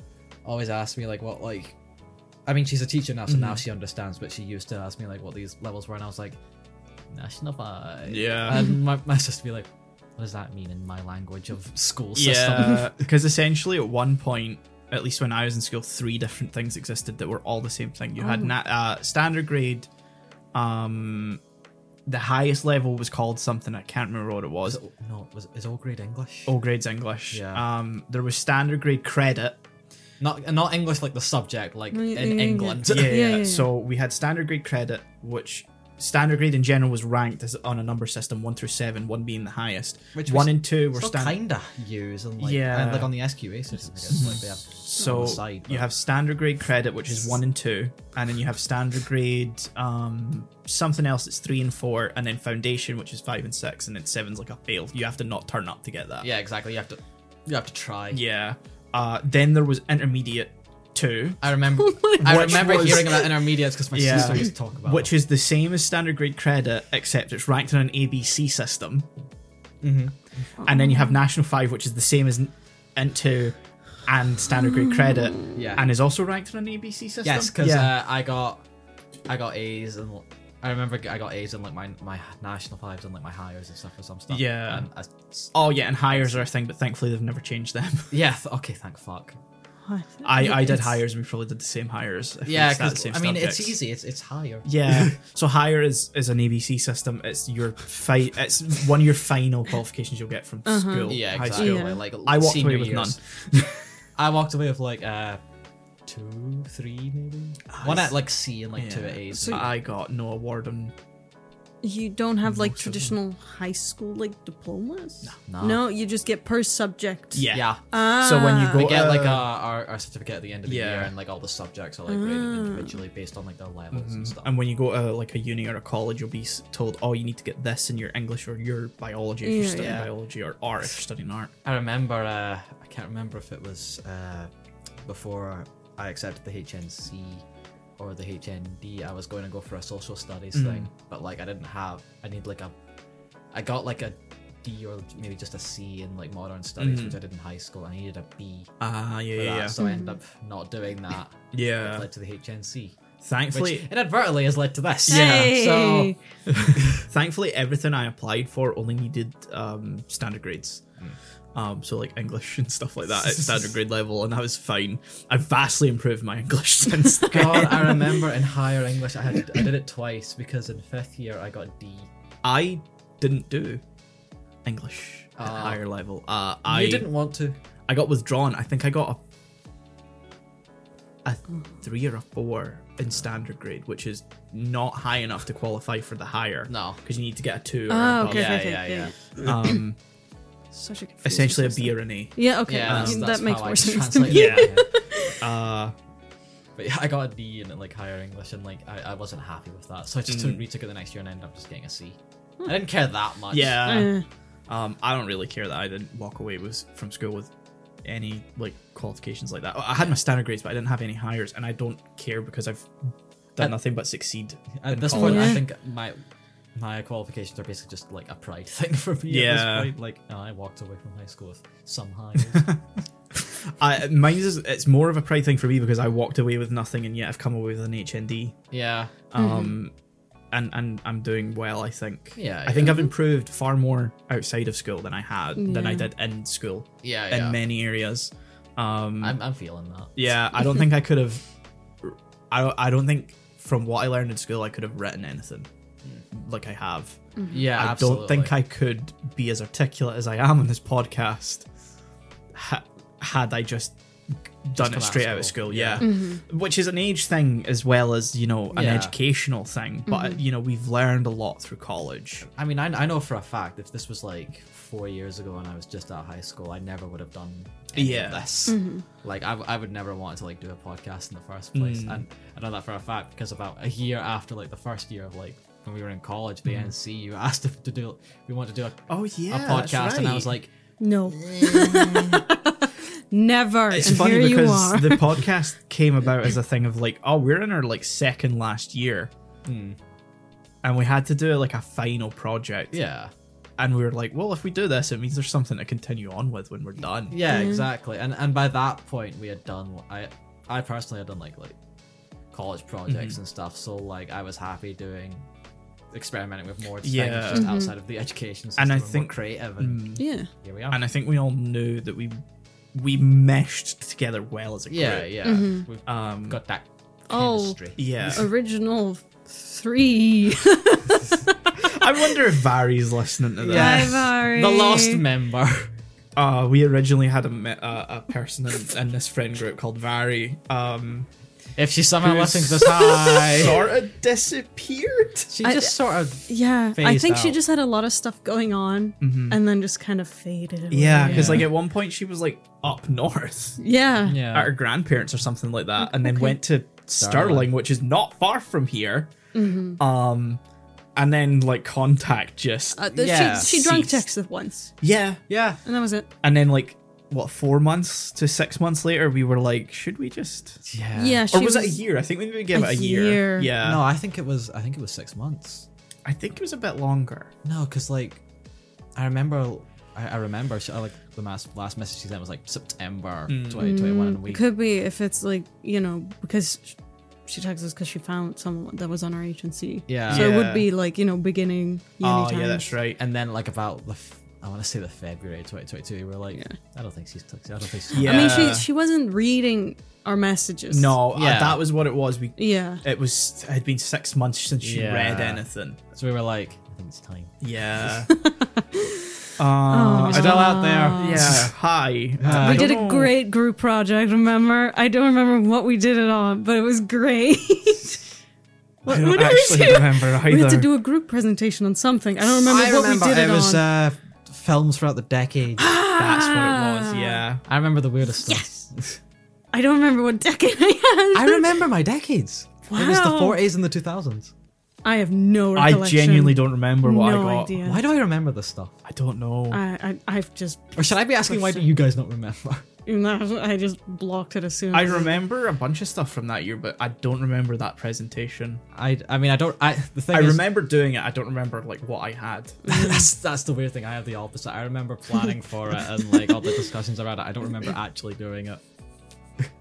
always asks me like what like. I mean, she's a teacher now, so Mm. now she understands. But she used to ask me like what these levels were, and I was like, national five. Yeah. *laughs* And my, my sister be like, what does that mean in my language of school system? *laughs* Yeah, because essentially at one point, at least when I was in school, three different things existed that were all the same thing. You Oh. had na- uh, standard grade. Um, the highest level was called something I can't remember what it was. Was it, no, was is all grade English? All grades English. Yeah. Um, there was standard grade credit. Not not English like the subject, like Mm, in mm, England. *laughs* yeah, *laughs* Yeah, yeah, yeah. So we had standard grade credit, which standard grade in general was ranked as on a number system, one through seven, one being the highest. Which we one s- and two were Still standard. kinda use and like Yeah. and like on the SQA system, I guess, like they have on So the side, you but- have standard grade credit, which is one and two, and then you have standard grade um, something else that's three and four, and then foundation, which is five and six, and then seven's like a fail. You have to not turn up to get that. yeah, exactly. You have to you have to try. Yeah. Uh, then there was intermediate two, I remember. *laughs* I Which remember was- hearing about intermediates because my Yeah. sister used to talk about. which is the same as standard grade credit, except it's ranked on an ABC system. Mm-hmm. And then you have National 5, which is the same as Int 2 and standard grade credit, Yeah. and is also ranked on an ABC system. yes, because yeah. uh, I got I got A's and I remember I got A's in like my my national fives and like my hires and stuff for some stuff. Yeah. And I, Oh, yeah, and hires are a thing, but thankfully they've never changed them. *laughs* yeah. Th- okay. Thank fuck. What? I, I did It's- hires, and we probably did the same hires. if we Yeah. used that Because I same mean, it's subject. easy. It's it's higher. *laughs* Yeah. so higher is is an ABC system. It's your fi- It's one of your final qualifications you'll get from school. Mm-hmm. Yeah. high Exactly. school. Yeah. Like I walked senior away with years. none. I walked away with like uh two, three maybe. One at like C and like two at A's. So I got no award on You don't have like traditional high school like diplomas. No. no, you just get per subject. yeah. yeah. Ah, So when you go We get like uh, a, our, our certificate at the end of the Yeah. year, and like all the subjects are like graded individually based on like their levels and stuff. mm, and when you go to like a uni or a college, you'll be s- told, "Oh, you need to get this in your English or your biology if you're Yeah, studying yeah. biology or art if you're studying art." I remember, uh, I can't remember if it was uh, before I accepted the HNC or the HND. I was going to go for a social studies Mm-hmm. thing, but like I didn't have. I need like a. I got like a D or maybe just a C in like modern studies, which I did in high school. I needed a B Ah, yeah, for Mm-hmm. yeah, that, yeah. so I ended up not doing that. Yeah. Which led to the HNC, Thankfully, which inadvertently has led to this. Hey! So thankfully, everything I applied for only needed um, standard grades. Hmm. Um, so like English and stuff like *laughs* that at standard grade level, and that was fine. I've vastly improved my *laughs* English since. then. God, *laughs* I remember in higher English, I had I did it twice because in fifth year I got D. I didn't do English at Ah. higher level. Uh, I I didn't want to. I got withdrawn. I think I got a, a Hmm. three or a four in standard grade, which is not high enough to qualify for the higher. No. because you need to get a two. Or Oh, above. okay, Yeah, okay, yeah, okay. yeah. *coughs* Um, Such a confusing essentially a system. B or an A. Yeah, okay. Yeah, that's, you- um, that's that makes how more I sense to me. translate *laughs* it, Yeah. yeah. Uh, *laughs* But yeah, I got a D in like higher English, and like I, I wasn't happy with that, so I just Mm. took, retook it the next year and ended up just getting a C. Hmm. I didn't care that much. yeah. Uh, Um, I don't really care that I didn't walk away with from school with any like qualifications like that. I had my standard grades, but I didn't have any hires, and I don't care because I've done At- nothing but succeed. At in this college. point, I Yeah. think my my qualifications are basically just like a pride *laughs* thing for Yeah. me. At this point. Like oh, I walked away from high school with some *laughs* highs. I, mine is it's more of a pride thing for me because I walked away with nothing, and yet I've come away with an HND. yeah. um, and and I'm doing well. I think. Yeah, I think yeah. I've improved far more outside of school than I had than I Yeah. did in school Yeah. in Yeah. many areas. Um, I'm, I'm feeling that. Mm-hmm. yeah, I don't think I could have. I don't- I don't think from what I learned in school I could have written anything like I have. Yeah, I Mm-hmm. absolutely. don't think I could be as articulate as I am on this podcast ha- had I just done come out it of straight out of school. school. Yeah. Which is an age thing as well as, you know, an Yeah. educational thing. But, you know, we've learned a lot through college. I mean, I, I know for a fact if this was like four years ago and I was just out of high school, I never would have done any Yeah. of this. Like, I, w- I would never want to like do a podcast in the first place, Hmm. and I know that for a fact because about a year after like the first year of like when we were in college, the NC you asked if to do we want to do a, Hmm. Oh, yeah. a podcast, and I was like, No. *laughs* Never. It's and funny here you because are. *laughs* the podcast came about as a thing of like, oh, we're in our like second last year. Hmm. And we had to do like a final project. yeah, And we were like, well, if we do this, it means there's something to continue on with when we're done. Yeah, exactly. And and by that point, we had done. I I personally had done like like college projects Mm-hmm. and stuff. So like I was happy doing experimenting with more things Yeah. just Mm-hmm. outside of the education system And I more think- mm, creative and yeah. here we are. And I think we all knew that we we meshed together well as a yeah, group. yeah, we've Um, got that Mm-hmm. Oh. chemistry. Yeah. *laughs* *laughs* Original three. *laughs* I wonder if Barry's listening to this. Yes. Ivory. the lost member. *laughs* Uh, we originally had a, me- uh, a person in, in this friend group called Vary. Um, If she somehow Who's- *laughs* listens this high, sort of disappeared. she I- just sort of Yeah. I Phased think she out. just had a lot of stuff going on and then just kind of faded. away. Mm-hmm. Yeah, because Yeah. like at one point she was like up north Yeah. at her yeah. grandparents or something like that, and then Okay. went to Sterling, Sterling. which is not far from here. Mm-hmm. Um, and then like contact just Uh, th- Yeah. She, she drunk Ceased. texted once, yeah, Yeah, and that was it. and then like what four months to six months later, we were like, should we just yeah, Yeah, she or was, it a year? I think we maybe gave a it a year. year. Yeah, No, I think it was. I think it was six months. I think it was a bit longer. No, because like, I remember, I, I remember, she, I, like the mass, last message she sent was like September Hmm. 2021, and we It could be if it's like you know because sh- she texted us because she found someone that was on our agency. Yeah. So it Yeah. would be like you know beginning. Uni Oh time. yeah, that's right. and then like about the, f- I want to say the February 2022, we were like, I don't think she's, took- I don't think she's. Yeah. I mean, she she wasn't reading our messages. No, uh, Yeah. that was what it was. We Yeah. it was it had been six months since she Yeah. read anything. So we were like, I think it's time. *laughs* Yeah. Oh, Uh, no. Adele out there. yeah. Hi. Uh, we did a great group project. Remember? I don't remember what we did it on, but it *laughs* was great. I don't what did we actually do? remember either. *laughs* we had to do a group presentation on something. I don't remember what we did it, it was on. uh, films throughout the *gasps* decade. I That's what it Ah. was. Yeah. remember the weirdest stuff. I don't remember what decade I *laughs* I had. remember my decades. It was the Wow. 40s and the 2000s. I have no I recollection. genuinely don't remember what no I got. idea. Why do I remember this stuff? I don't know. I, I I've just Or should I be asking why do you guys not remember? *laughs* I just blocked it as soon. I as- remember a bunch of stuff from that year, but I don't remember that presentation. I, I mean I don't I the thing I is, remember doing it. I don't remember like what I had. *laughs* *laughs* that's that's the weird thing. I have the opposite. I remember planning for it and like all the discussions around it. I don't remember actually doing it.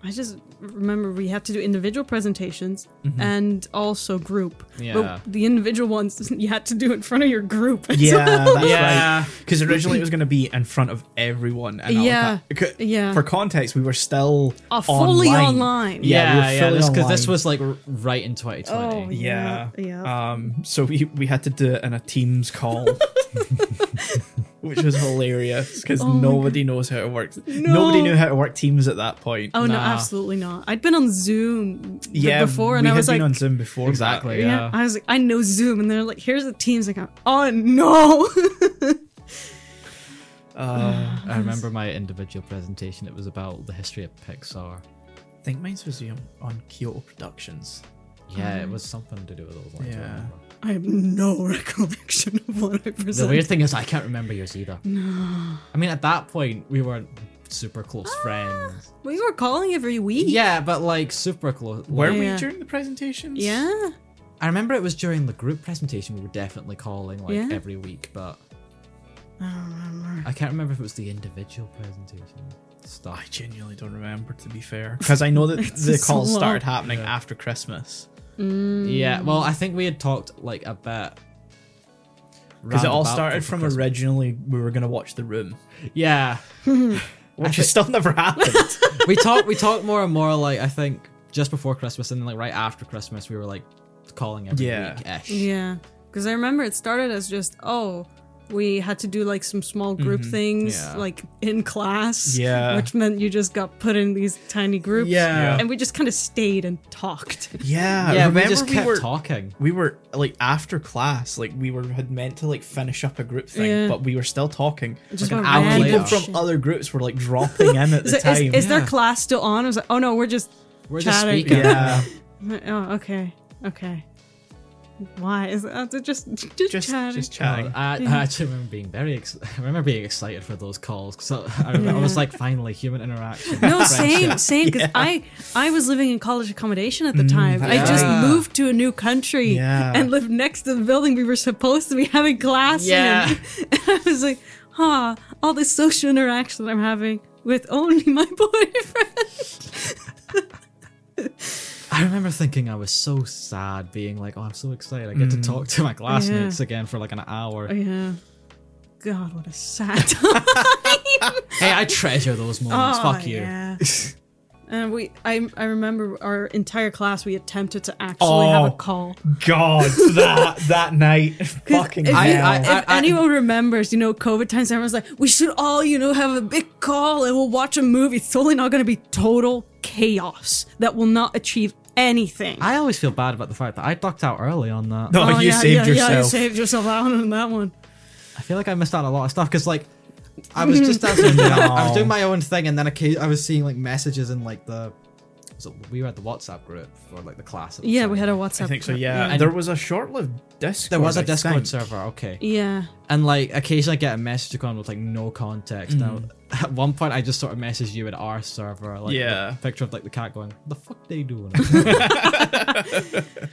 I just remember we had to do individual presentations Mm-hmm. and also group. Yeah. But the individual ones *laughs* you had to do in front of your group. *laughs* Yeah, *laughs* that's Yeah. right. Because originally it was going to be in front of everyone. And all Yeah. that. Because- Yeah. For context, we were still Oh, fully online. Yeah, we were fully this, this online. was like r- right in 2020. Oh, Yeah. Yeah, Um. So we we had to do it in a Teams *laughs* call, which was hilarious because Oh my nobody knows how it works. Nobody No. knew how to work Teams at that point. Oh no, Nah. absolutely not. I'd been on Zoom b- yeah. before, and we I had was been like, on Zoom before. but- Exactly. yeah. Yeah. I was like, I know Zoom, and they're like, here's the Teams account. Oh no. *laughs* Uh, I remember my individual presentation. It was about the history of Pixar. I think mine was on, on Kyoto Productions. Yeah, it was something to do with those lines. I Yeah. remember. I have no recollection of what I The presented. weird thing is I can't remember yours either. No. I mean at that point we weren't super close friends. we were calling every week. Yeah, but like super close. Were we Yeah. during the presentations? Yeah. I remember it was during the group presentation we were definitely calling like Yeah. every week, but I can't remember if it was the individual presentation I stuff. genuinely don't remember, to be fair, because I know *laughs* that the so calls long. started happening after Christmas. Mm. Yeah, well, I think we had talked like a bit Because it all roundabout started before from Christmas. originally we were gonna watch The Room, *laughs* Yeah, which has still never happened. *laughs* we talked we talked more and more like I think just before Christmas and then like right after Christmas we were like calling every Yeah. week ish. Yeah. Because I remember it started as just, oh, we had to do like some small group things, Yeah. like in class. Yeah. Which meant you just got put in these tiny groups. Yeah. And we just kind of stayed and talked. Yeah, yeah, we Uh, remember just kept were talking. we were like after class, like we were had meant to like finish up a group thing, Yeah. but we were still talking. Just like went random people shit. from other groups were like dropping in *laughs* at the Is, it- time. is, is their Yeah. class still on? I was like, oh no, we're just. We're just Chatting. speaking. *laughs* yeah, Oh, okay. Okay. Why is it? uh, just just, just chatting. just Oh, chatting. Mm-hmm. I, I actually remember being very. Ex- *laughs* I remember being excited for those calls because I, I remember I was like, finally, human interaction. No, friendship. same, same. Because I, I was living in college accommodation at the time. I Mm, yeah. just moved to a new country Yeah. and lived next to the building we were supposed to be having class Yeah. in. *laughs* And I was like, huh, all this social interaction that I'm having with only my *laughs* boyfriend. I remember thinking I was so sad, being like, "Oh, I'm so excited! I get to talk to my classmates again for like an hour." Mm. Oh, yeah. God, what a sad *laughs* time. Hey, I treasure those moments. Oh, Fuck you. yeah. *laughs* And we, I, I remember our entire class. We attempted to actually have Oh. a call. God, *laughs* that that night, fucking if, hell. you- I- if anyone remembers, you know, COVID times, everyone's like, we should all, you know, have a big call and we'll watch a movie. It's totally not going to be total chaos that will not achieve anything. Oh, I always feel bad about the fact that I ducked out early on that. no, you saved yeah, Yeah, you yourself. saved yourself out on that one. I feel like I missed out on a lot of stuff because like I was *laughs* just answering. the- I was No. doing my own thing, and then occa- I was seeing like messages in like the. So we were at the WhatsApp group for like the class. at the Yeah, time. we had a WhatsApp. I think so. group. Yeah, And- there was a short-lived Discord. There was I a Discord think. server. Okay. Yeah. and like occasionally I get a message account with like no context. Now, at one point, I just sort of messaged you at our server, like Yeah. a picture of like the cat going, "The fuck they doing?" *laughs*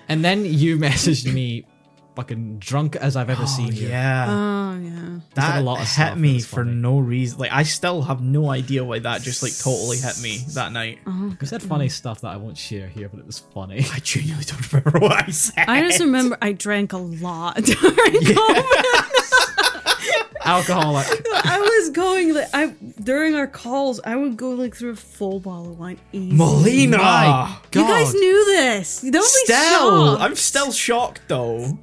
and then you messaged me, fucking drunk as I've ever Oh, seen you. yeah. Oh, yeah. There's, like, that a lot of hit stuff me that's for funny. no reason. Like I still have no idea why that just like totally hit me that night. Uh-huh. You said funny stuff that I won't share here, but it was funny. *laughs* I genuinely don't remember *laughs* what I said. I just remember I drank a lot *laughs* during COVID. Alcoholic. I was going like I during our calls, I would go like through a full bottle of wine easy. Molina. My God. You guys knew this. Don't be Still, shocked. I'm still shocked though.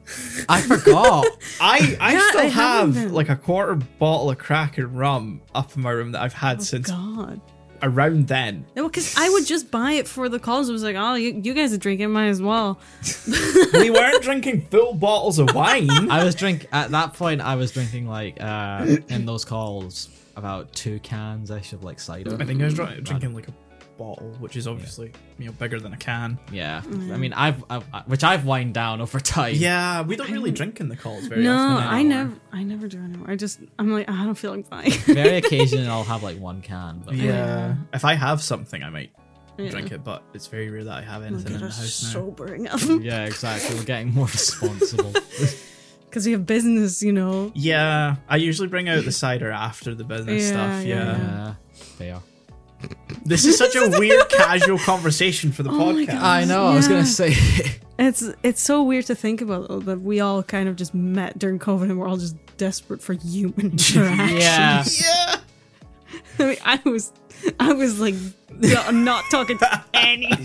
I forgot. I I Yeah, still I haven't have been. like a quarter bottle of crack and rum up in my room that I've had since Oh, God. around then. No, because I would just buy it for the calls. It was like, oh, you, you guys are drinking, might as well. We *laughs* weren't drinking full bottles of wine. I was drink at that point. I was drinking like uh in those calls about two cans. I should like cider. I think I was dr- drinking like a bottle, which is obviously you know bigger than a can. Yeah, I mean, I've, I've which I've wind down over time. Yeah, we don't really drink in the calls very No, often. I anymore. never, I never do anymore. I just, I'm like, I don't feel *laughs* like buying. Very occasionally, I'll have like one can. But Yeah. Yeah. If I have something, I might Yeah. Oh drink it, but it's very rare that I have Look anything in at the us house now. sobering up *laughs* yeah, exactly. We're getting more responsible. because we have business, you know. Yeah, I usually bring out the cider after the business *laughs* Yeah, stuff. yeah, Yeah. yeah, fair. This is such a weird casual conversation *laughs* for the Oh my podcast. God. I know, I was gonna Yeah. say. It's it's so weird to think about though, that we all kind of just met during COVID and we're all just desperate *laughs* for human interaction. yeah, yeah. *laughs* I mean, I was, I was like, I'm not *laughs* talking to anyone.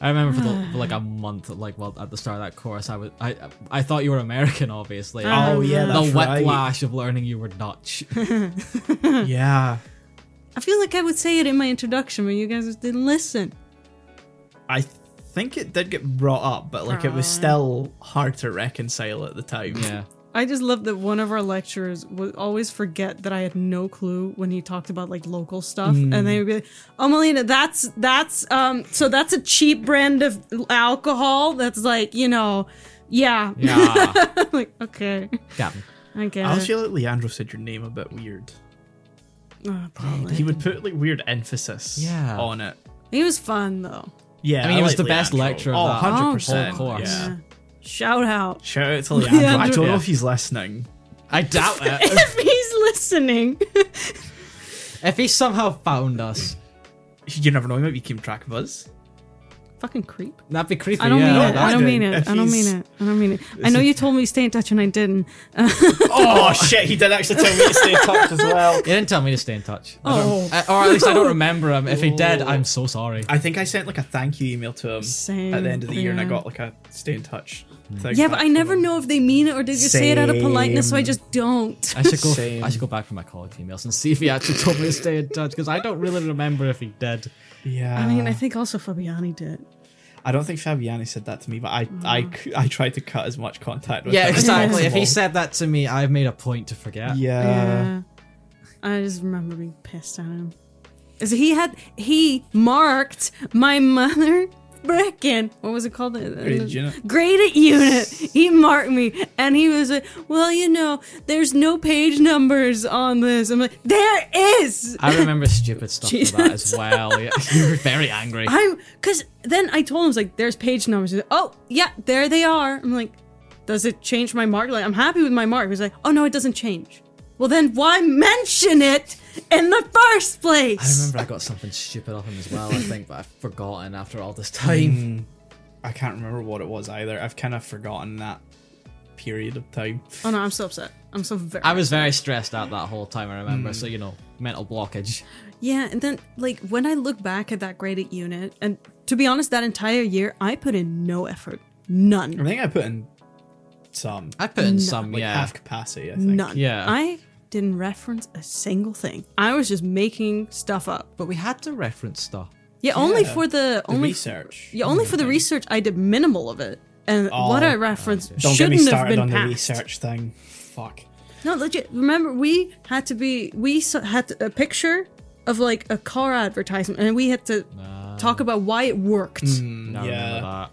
I remember for, *sighs* the, for like a month, like well, at the start of that course, I was I I thought you were American, obviously. Oh, Oh yeah, the that's right. whiplash of learning you were Dutch. Yeah. I feel like I would say it in my introduction, but you guys just didn't listen. I think it did get brought up, but like it was still hard to reconcile at the time. yeah. I just love that one of our lecturers would always forget that I had no clue when he talked about like local stuff, Mm. and they would be like, "Oh, Melina, that's that's um, so that's a cheap brand of alcohol. That's like you know, yeah." Yeah. I'm *laughs* like, okay, Captain. I get I it. also feel like Leandro said your name a bit weird. Oh, probably. He would put like weird emphasis Yeah. on it. He was fun though. Yeah, I mean, he was like the best Leandro. lecturer of Oh, that 100%. whole course. Yeah. Yeah. Shout out *laughs* Shout out *laughs* to Leandro. I Leandro. don't know Yeah. if he's listening. I doubt it. if he's listening. *laughs* *laughs* if he somehow found us, You never know. He might be keeping track of us. fucking creep. That'd be creepy. I don't yeah, mean it. that's I don't good. mean it. If I don't mean he's- it. I don't mean it. I know you told me to stay in touch and I didn't. oh *laughs* shit! He did actually tell me to stay in touch as well. He didn't tell me to stay in touch. I Oh. don't- or at least I don't remember him. If he did, Oh. I'm so sorry. I think I sent like a thank you email to him Same, at the end of the year, and I yeah. got like a stay in touch. thing Yeah, but back I from never him. know if they mean it or they just say it out of politeness, so I Same. just don't. I should go. Same. I should go back for my college emails and see if he actually told me to stay in touch because I don't really remember if he did. Yeah, I mean, I think also Fabiani did. I don't think Fabiani said that to me, but I, I, c- I tried to cut as much contact with Yeah, him as exactly. If he possible. said that to me, I've made a point to forget. yeah. yeah. I just remember being pissed at him. Is he had he marked my mother *laughs* Brecken. What was it called? Uh, Graded unit. Graded unit. He marked me, and he was like, "Well, you know, there's no page numbers on this." I'm like, "There is." I remember stupid stuff like that as well. Yeah, *laughs* you were very angry. I'm because then I told him I was like, "There's page numbers." He's like, oh yeah, there they are. I'm like, "Does it change my mark?" Like, I'm happy with my mark. He was like, "Oh no, it doesn't change." Well, then why mention it in the first place? I remember I got something stupid off him as well, I think, but I've forgotten after all this Hmm. time. I can't remember what it was either. I've kind of forgotten that period of time. Oh no, I'm so upset. I'm so very. I was very stressed out that whole time, I remember, Hmm. so you know, mental blockage. yeah, and then like when I look back at that graded unit, and to be honest, that entire year I put in no effort, I none, think I put in some, I put in some, like yeah. half capacity. I think. none. Yeah. I didn't reference a single thing. I was just making stuff up. But we had to reference stuff. Yeah, only Yeah. for the The only research. Yeah, only for the research I did minimal of it. And what I Mm, Oh, referenced Don't get me shouldn't have started been on the passed. research thing. Fuck. No, legit. Remember, we had to be. We s- had a picture of like a car advertisement, and we had to Ah. talk about why it worked. No, Hmm. Yeah. remember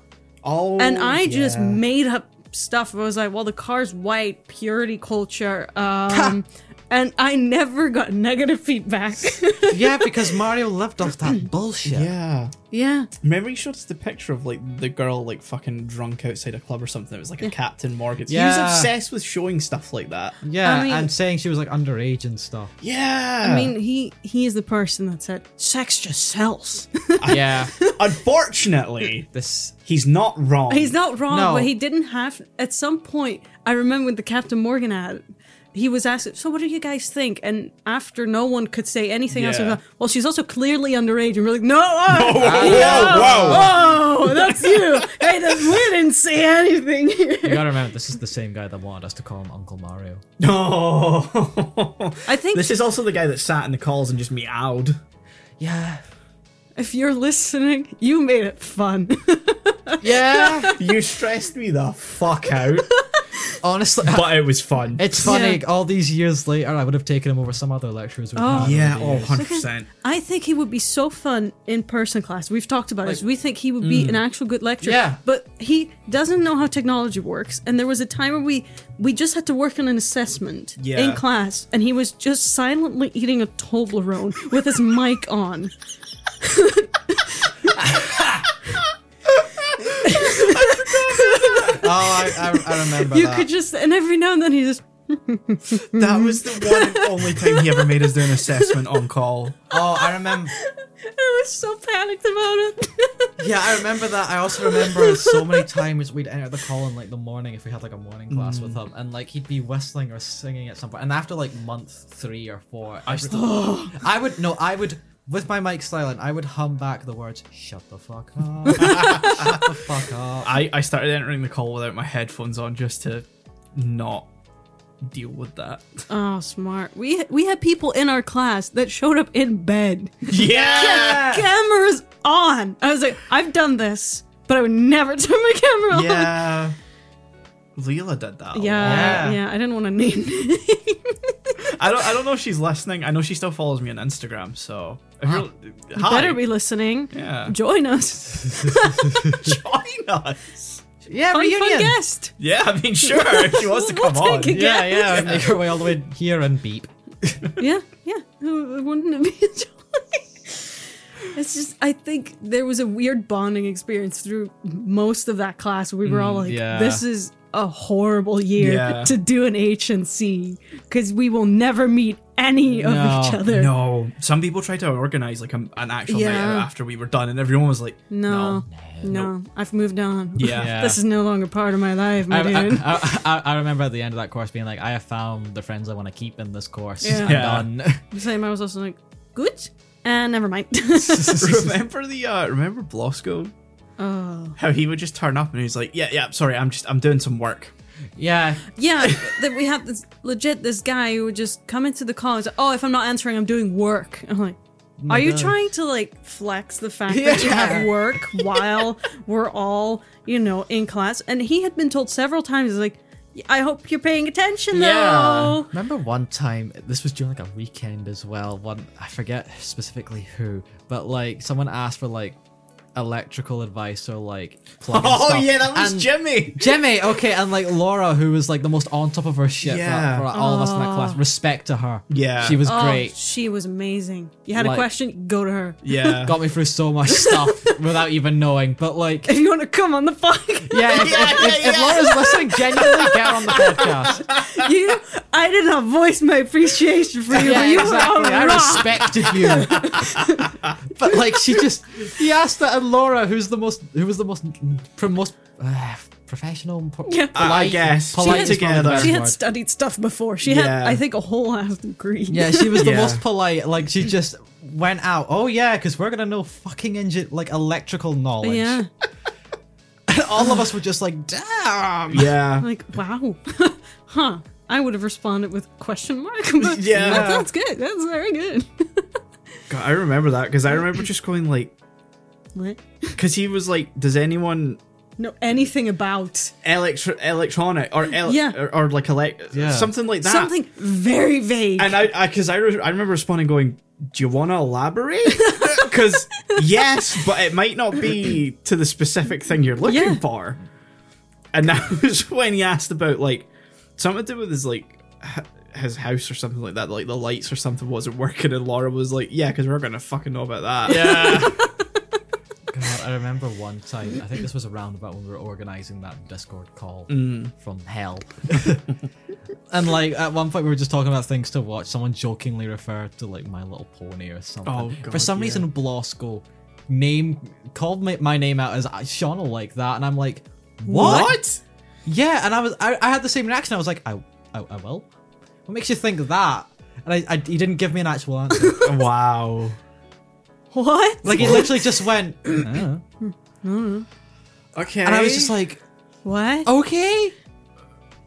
Oh, And I just Mm, yeah. made up stuff. I was like, well, the car's white, purity culture. Um, and I never got negative feedback. *laughs* that. yeah, because Mario lived off *clears throat* that bullshit. Yeah. yeah. Remember you showed us the picture of like the girl like fucking drunk outside a club or something. It was like a Captain Morgan. He Yeah. was obsessed with showing stuff like that. Yeah, I mean- and saying she was like underage and *laughs* stuff. Yeah. I mean, he he is the person that said, sex just sells. yeah, *laughs* unfortunately, this. he's not wrong. He's not wrong, No. but he didn't have. At some point, I remember with the Captain Morgan ad, he was asked, "So, what do you guys think?" And after no one could say anything else, he was Yeah. like, well, she's also clearly underage, and we're like, "No, oh, *laughs* Whoa, whoa, oh, that's you. hey, that, we didn't say anything You here." *laughs* gotta remember, this is the same guy that wanted us to call him Uncle Mario. whoa. No. I think this is also the guy that sat in the calls and just meowed. Yeah. if you're listening, you made it fun. *laughs* Yeah. You stressed me the fuck *laughs* out, *laughs* Honestly, but it was fun. *laughs* it's funny. All these years later, I would have taken him over some other lecturers. We've Oh. had over yeah, the oh, years. 100%. *laughs* I think he would be so fun in person class. We've talked about this. We think he would be an actual good lecturer. mm. Yeah. But he doesn't know how technology works. And there was a time where we we just had to work on an assessment Yeah. in class, and he was just silently eating a Toblerone with *laughs* his mic on. Oh, I, *laughs* I, I remember You that. could just and every now and then he just That was the one and only time he ever made us do an assessment on call. Oh, I remember. I was so panicked about it. Yeah, I remember that. I also remember so many times we'd enter the call in like the morning if we had like a morning class with him, and like he'd be whistling or singing at some point. And after like month three or four, I, I would no, I would with my mic silent, I would hum back the words "Shut the fuck up, *laughs* shut the fuck up." I, I started entering the call without my headphones on just to not deal with that. *laughs* oh, smart. We we had people in our class that showed up in bed. *laughs* Yeah! *laughs* cameras on. I was like, I've done this, but I would never *laughs* turn my camera on. Yeah. Leela did that. a *laughs* Yeah, Yeah. yeah. I didn't want to *laughs* name lot. I don't I don't know if she's listening. I know she still follows me on Instagram, so if you're, hi. Better be listening. Yeah. Join us. Join us. Yeah, Fun, fun reunion. guest. Yeah, I mean sure, if she wants to We'll come on. take a yeah, yeah. *laughs* Make our way all the way here and beep. Yeah, yeah. *laughs* Uh, Wouldn't it be a joy? *laughs* It's just, I think there was a weird bonding experience through most of that class. We were all like, yeah. this is a horrible year Mm, Yeah. to do an H and C because we will never meet any of no, each other. No, some people tried to organize like a, an actual night Yeah. out after we were done, and everyone *laughs* was like, No. "No, No, I've moved on. Yeah. Yeah. *laughs* this is no longer part of my life, my I, dude. I, I, I remember at the end of that course being like, I have found the friends I want to keep in this course. Yeah. I'm Yeah. done. *laughs* The Same, I was also like, good, and never mind. *laughs* remember the uh, remember Blosco? oh, How he would just turn up and he's like, "Yeah, yeah, sorry, I'm just I'm doing some work." yeah. yeah. that we had this legit this guy who would just come into the call and say, "Oh, if I'm not answering, I'm doing work." I'm like. Are you God. trying to like flex *laughs* the fact that you have work while we're all, you know, in class? And he had been told several times, like, I hope you're paying attention though. Remember one time, this was during like a weekend as well. One, I forget specifically who, but like someone asked for like electrical advice or like plug *laughs* and stuff. And- Jimmy. Jimmy, okay, and like Laura, who was like the most on top of her shit for- Yeah. for, all of us in that class. Respect to her. Yeah. She was Oh, great. she was amazing. You had a Like- question, go to her. *laughs* Yeah, *laughs* Got me through so *laughs* much stuff without even knowing. But like, If you want to come on the *laughs* podcast, yeah, if, if, if, if Laura's listening, genuinely get on the *laughs* podcast. you, I did not voice my appreciation for you, Yeah, but you exactly. were on I rock. respected you. *laughs* but like, she just he asked that, and Laura, who's the most, who was the most, pro- most uh, professional, po- Yeah. polite, I- I guess. polite She is had- probably the together. best she had word. studied stuff before. She had, Yeah. I think, a whole ass degree. Yeah, *laughs* she was the Yeah. most polite. Like she just went out. Oh yeah, because we're gonna know fucking engine like electrical knowledge. yeah. *laughs* And all of us were just like, damn. yeah. Like, wow. *laughs* huh. I would have responded with question mark. *laughs* *laughs* But Yeah. that- that's good. That's very good. *laughs* God, I remember that because I remember just going like, What? because he was like, "Does anyone No, anything about electro electronic or ele- Yeah. or, or like elect Yeah. something like that?" Ah. something very vague. And I, because I, re- I remember responding going, "Do you want to elaborate?" *laughs* Because yes, but it might not be to the specific thing you're looking Yeah. for. And that *laughs* was when he asked about like something to do with his like h- his house or something like that. Like the lights or something wasn't working, and Laura was like, "Yeah, because we're gonna fucking know about that." Yeah. God, I remember one time. I think this was around about when we were organizing that Discord call from hell. Mm. *laughs* and like at one point we were just talking about things to watch. Someone jokingly referred to like My Little Pony or something. Oh, For God, some yeah. reason, Blosco name called my, my name out as "I- Sean will like that, and I'm like, what? Yeah, and I was I, I had the same reaction. I was like, I, I I will. What makes you think that? And I, I he didn't give me an actual answer. *laughs* *laughs* wow. what? like he literally just went. "Oh." Okay. And I was just like, what? Oh, okay.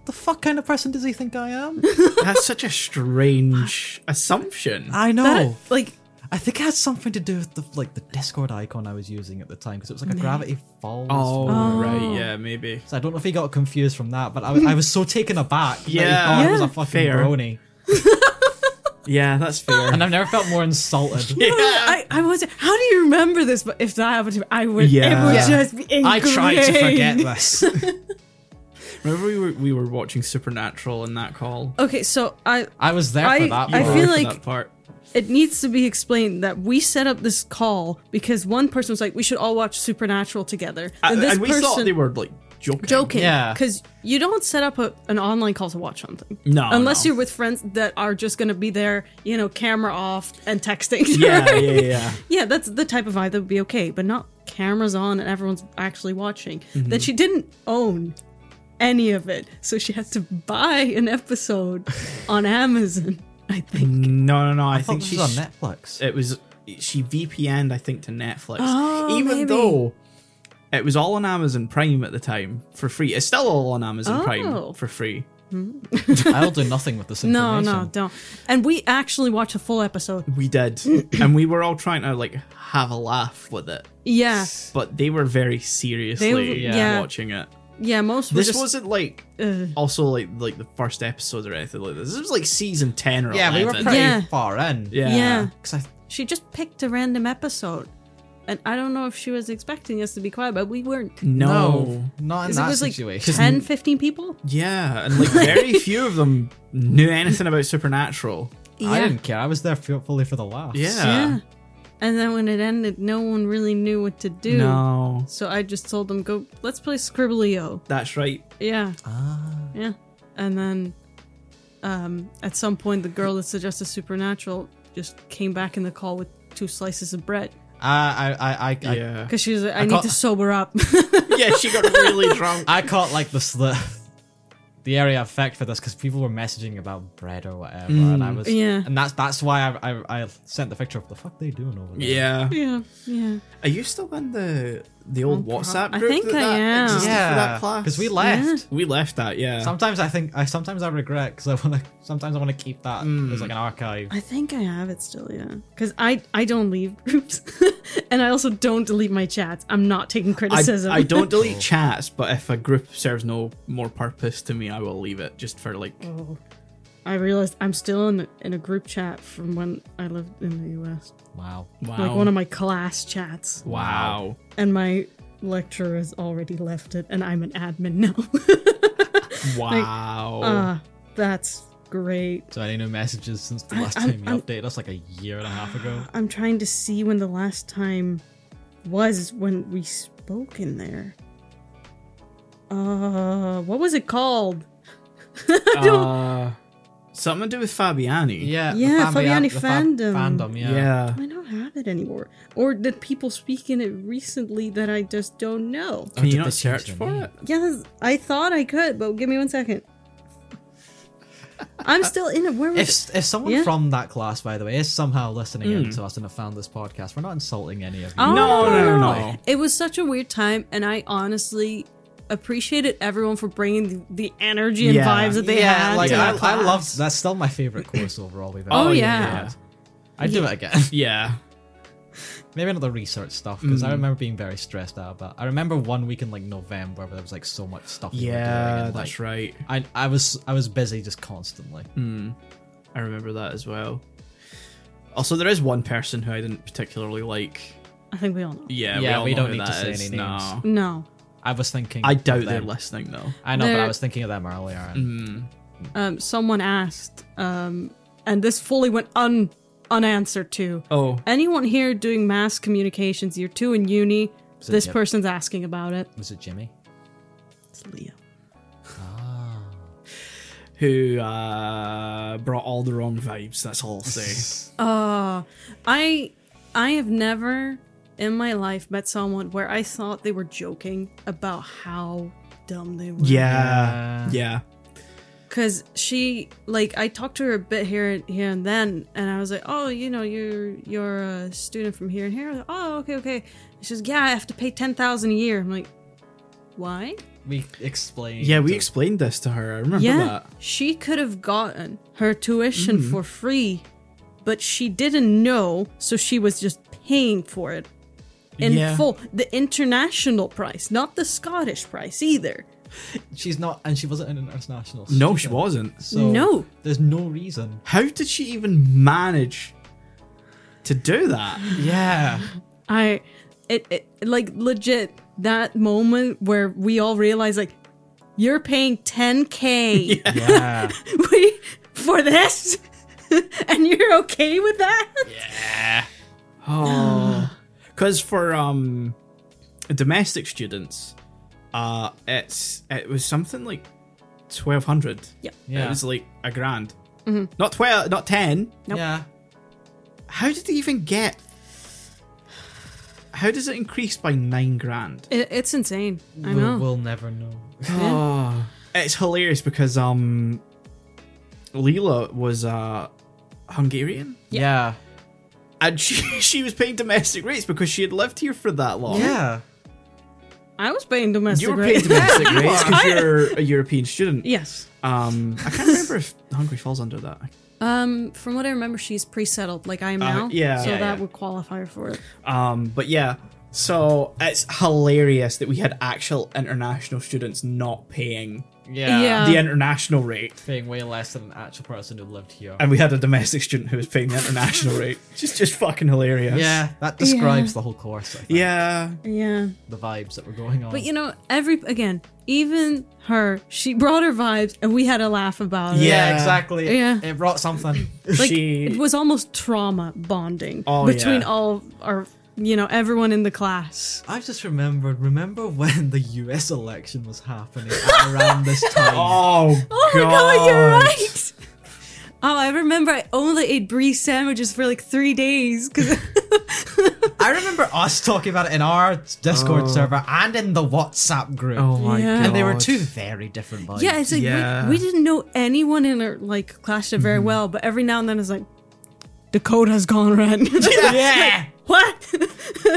The fuck kind of person does he think I am? "That's such a strange assumption." Ah. I know. *laughs* That- like, I think it had something to do with the like the Discord icon I was using at the time because it was like a Gravity Falls. oh, Oh. right. Yeah, maybe. So I don't know if he got confused from that, but I, was- I was so taken aback. that he Yeah. thought I was Yeah. a fucking Fair. brony, Yeah, that's fair. and I've never felt more *laughs* insulted. I, I was. How do you remember this? But if that happened to me, I would. It Yeah. would Yeah. just be ingrained. I tried to forget this. Remember we were we were watching Supernatural in that call. Okay, so I I was there I- for that. I part. feel For like- that part. it needs to be explained that we set up this call because one person was like, "We should all watch Supernatural together." Uh, And, this we thought they were like joking. joking. Yeah. Because you don't set up a, an online call to watch something. No, Unless no. you're with friends that are just going to be there, you know, camera off and texting. *laughs* Yeah, right? yeah, *laughs* yeah. Yeah, that's the type of vibe that would be okay, but not cameras on and everyone's actually watching. That she didn't own any of it. So she had to buy an episode on Amazon, I think. No, no, no. I, I think Oh, think she's she's on *laughs* Netflix. It was she VPN'd, I think, to Netflix. Oh, Even maybe. though it was all on Amazon Prime at the time for free. It's still all on Amazon Oh. Prime for free. I'll do nothing with this No, information. no, don't. And we actually watched a full episode. We did, *clears throat* and we were all trying to like have a laugh with it, Yeah, but they were very seriously yeah. yeah. watching it. yeah, most were This just, wasn't like uh, also like like the first episode or anything like this. This was like season ten or Yeah, we were 11. pretty Yeah. far in. Yeah. yeah. 'Cause I, She just picked a random episode. And I don't know if she was expecting us to be quiet, but we weren't. No. not in 'Cause that it was like situation. 10, 15 people? Yeah, and like *laughs* very few of them knew anything about supernatural. uh, I didn't care. I was there fu- fully for the laughs. Yeah. Yeah. And then when it ended, no one really knew what to do. No, So I just told them, go, let's play Scribblio. that's right. Yeah, Ah. yeah. And then um, at some point, the girl that suggested Supernatural just came back in the call with two slices of bread. I, I, I, I, *laughs* Yeah, Because she was like, I, need *laughs* caught- to sober up. *laughs* yeah, she got really drunk. I caught like the the, *laughs* the area of effect for this because people were messaging about bread or whatever, and I was Mm. Yeah. and that's that's why I, I I sent the picture of the fuck they doing over there. Yeah, yeah, yeah. are you still in the the old Oh, WhatsApp I group? think that, I that am. existed for yeah, that class because we left. we left that. Yeah, Sometimes I think I sometimes I regret because I want to. Sometimes I want to keep that as like an archive. I think I have it still, yeah. Because I, I don't leave groups. *laughs* and I also don't delete my chats. I'm not taking I, criticism. I don't delete chats, but if a group serves no more purpose to me, I will leave it just for like. *laughs* Oh. I realized I'm still in, in a group chat from when I lived in the US. Wow. Wow. Like one of my class chats. wow. And my lecturer has already left it, and I'm an admin now. *laughs* Wow. Ah, that's great. So any new messages since the I- last I'm- time you I'm- updated us like a year and a half ago? I'm trying to see when the last time was when we spoke in there. Uh, what was it called? *laughs* I don't- Uh, something to do with Fabiani. Yeah. Oh, Yeah, Fabiani the fandom. fandom. Yeah. Yeah. I don't have it anymore. Or did people speak in it recently that I just don't know? Can you did they not change search their for name? it? Yes, I thought I could, but give me one second. I'm still in it. Where was it? If, if someone Yeah. from that class, by the way, is somehow listening in to us and have found this podcast, we're not insulting any of you. Oh, No, no, no, Like, no. It was such a weird time, and I honestly appreciated everyone for bringing the, the energy and Yeah. vibes that they yeah, had. like to I, that I class. love that's still my favorite course overall. We've Oh, had. yeah. I'd do it again. *laughs* Yeah. Maybe not the research stuff because I remember being very stressed out about. I remember one week in like November where there was like so much stuff. we were doing, Yeah, and, that's like, right. I I was I was busy just constantly. I remember that as well. Also, there is one person who I didn't particularly like. I think we all know. Yeah, we, Yeah, all we know who don't need to that say is. any names. No. No. I was thinking. I of doubt they're them. listening though. I know, but They're- I was thinking of them earlier. And Um, someone asked, um, and this fully went un unanswered to. Oh, Anyone here doing mass communications year two in uni? it this Jim? person's asking about it. Was it Jimmy? It's Leo. Ah. who uh, brought all the wrong vibes? That's all I'll say. Uh, I I have never in my life met someone where I thought they were joking about how dumb they were. yeah, *laughs* Yeah. yeah, Cause she like I talked to her a bit here and here and then, and I was like, oh, you know, you're you're a student from here and here. I was like, oh, okay, okay. And She says, yeah, I have to pay ten thousand a year. I'm like, why? We explained. yeah. We to- explained this to her. I remember yeah, that. Mm-hmm. she could have gotten her tuition for free, but she didn't know, so she was just paying for it in Yeah. full. The international price, not the Scottish price either. She's not, and she wasn't an international. No, student, she wasn't. So No. there's no *laughs* reason. How did she even manage to do that? Yeah, I, it, it like legit that moment where we all realize like you're paying 10k *laughs* yeah. we- *laughs* for this, *laughs* and you're okay with that. Oh, because for um domestic students, uh, it's it was something like twelve hundred. It Yeah. was like a grand. Not twelve, not ten. Nope. Yeah. How did they even get? How does it increase by nine grand? It, it's insane. I We'll, know. we'll never know. Oh, it's hilarious because um, Leela was uh Hungarian, Yeah. and she *laughs* she was paying domestic rates because she had lived here for that long. Yeah. I was paying domestic. You were rate. *laughs* paid domestic rates because you're a European student. yes. Um, I can't remember if Hungary falls under that. Um, from what I remember, she's pre-settled like I am Uh, now. yeah. so Yeah, that yeah. would qualify her for it. Um, but yeah, So it's hilarious that we had actual international students not paying Yeah. Yeah. the international rate, Paying way less than an actual person who lived here. and we had a domestic student who was paying the international rate. Just, just fucking hilarious. Yeah, that describes the whole course. I think. Yeah. Yeah. The vibes that were going on. But you know, every again, even her, she brought her vibes, and we had a laugh about it. Yeah. yeah, exactly. Yeah. It brought *laughs* something. like she. it was almost trauma bonding Oh, between yeah. all our, you know, everyone in the class. I've just remembered. Remember when the U.S. election was happening at around this time? *laughs* oh, Oh my god, you're right. *laughs* Oh, I remember I only ate brie sandwiches for like three days because I remember us talking about it in our Discord server and in the WhatsApp group. Oh my Yeah. god. and they were two very different vibes. *laughs* yeah, it's like Yeah. Mm-hmm. we, we didn't know anyone in our like class did very well, but every now and then it's like the code has gone red. *laughs* yeah. what? *laughs*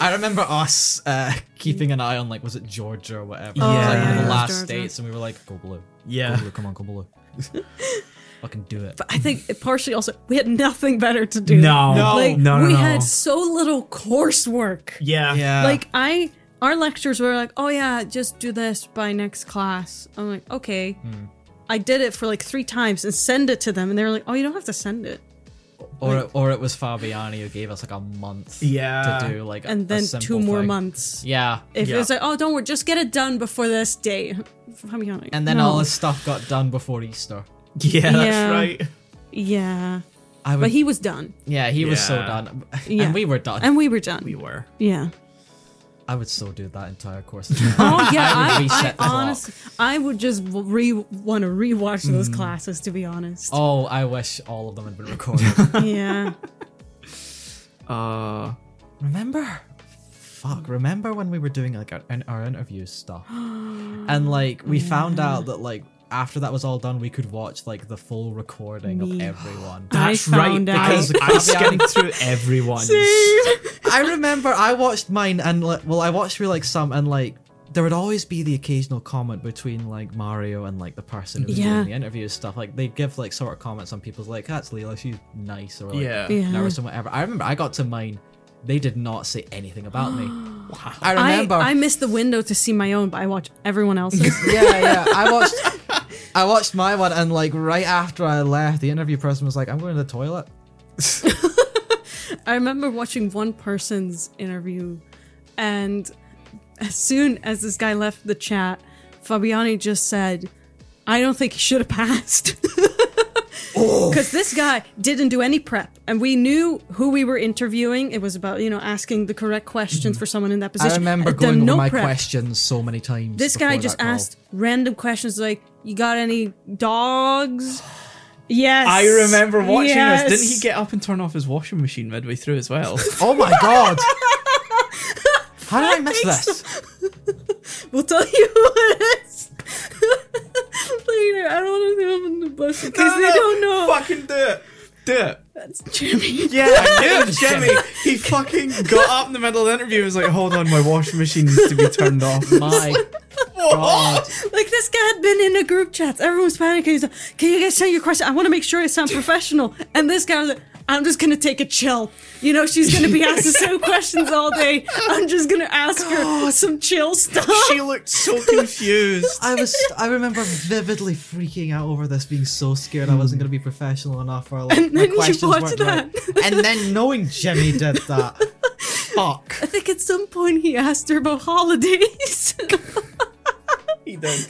I remember us uh, keeping an eye on like was it Georgia or whatever. Yeah, Yeah. like one of Yeah. the last Oh, Georgia. states, and we were like, go blue. Yeah. go blue, come on, go *laughs* blue. Fucking do it. But I think it partially also we had nothing better to do. No. No. like no. No. we no. had so little coursework. Yeah. yeah, like I our lectures were like, oh yeah, just do this by next class. I'm like, okay. Hmm. I did it for like three times and send it to them, and they were like, oh, you don't have to send it. or it- or it was Fabiani who gave us like a month. Yeah. to do like a- a And then simple two more thing. months. Yeah, If Yeah. it was like, oh, don't worry, just get it done before this *laughs* day. How many- like, and then no. all his stuff got done before Easter. Yeah. Yeah. That's right. Yeah, I would, but he was done, yeah, he was so Yeah. done, Yeah. and we were done. and we were done. We were. *laughs* yeah. I would still do that entire course. Oh yeah, would I, reset I, the clock. honestly, I would just re want to rewatch those Hmm. classes to be honest. oh, I wish all of them had been recorded. Yeah. *laughs* Uh. remember fuck remember when we were doing like our, in- our interview *gasps* stuff and like we found out that like after that was all done we could watch like the full recording of Yeah. *gasps* everyone I That's right. found out. Because I skimmed through *laughs* everyone. i remember i watched mine and like, well i watched through like some and like there would always be the occasional comment between like mario and like the person who was Yeah. doing the interview and stuff like they'd give like sort of comments on people's like that's leela she's nice or like Yeah. *laughs* Yeah. nervous and whatever i remember i got to mine they did not say anything about *gasps* me i I, remember I missed the window to see my own, but I watch everyone else's. *laughs* yeah, yeah. I *laughs* watched I watched my one and like right after I left, the interview person was like, I'm going to the toilet. I remember watching one person's interview, and as soon as this guy left the chat, Fabiani just said, I don't think he should *laughs* have passed. Oh. Because this guy didn't do any prep, and we knew who we were interviewing. It was about, you know, asking the correct questions for someone in that position. Mm-hmm. I remember Had done going over uh, no my prep. questions so many times. This guy before just that call. asked random questions like, You got any dogs? Yes. I remember watching this. Didn't Yes. he get up and turn off his washing machine midway through as *laughs* well? *laughs* Oh my god! How did I miss this? We'll tell you *laughs* who it is later. I don't want to throw them in the bus because they don't know. Fucking do it. Do it. That's Jimmy. Yeah, I knew it was Jimmy. He fucking got up in the middle of the interview and was like, hold on, my washing machine needs to be turned *laughs* off. My god. Like this guy had been in a group chat. Everyone's panicking. He's like, "Can you guys tell your question? I want to make sure *laughs* it sounds professional." And this guy was like, "I'm just gonna take a chill. You know, she's gonna *laughs* be asked the same questions all day. I'm just gonna ask her some chill stuff." *laughs* She looked so confused. *laughs* I was I remember vividly freaking out over this, being so scared I wasn't gonna be professional enough or like And my then you questions watch weren't that. right. And then knowing Jimmy did *laughs* that. Fuck. I think at some point he asked her about holidays. *laughs* He did.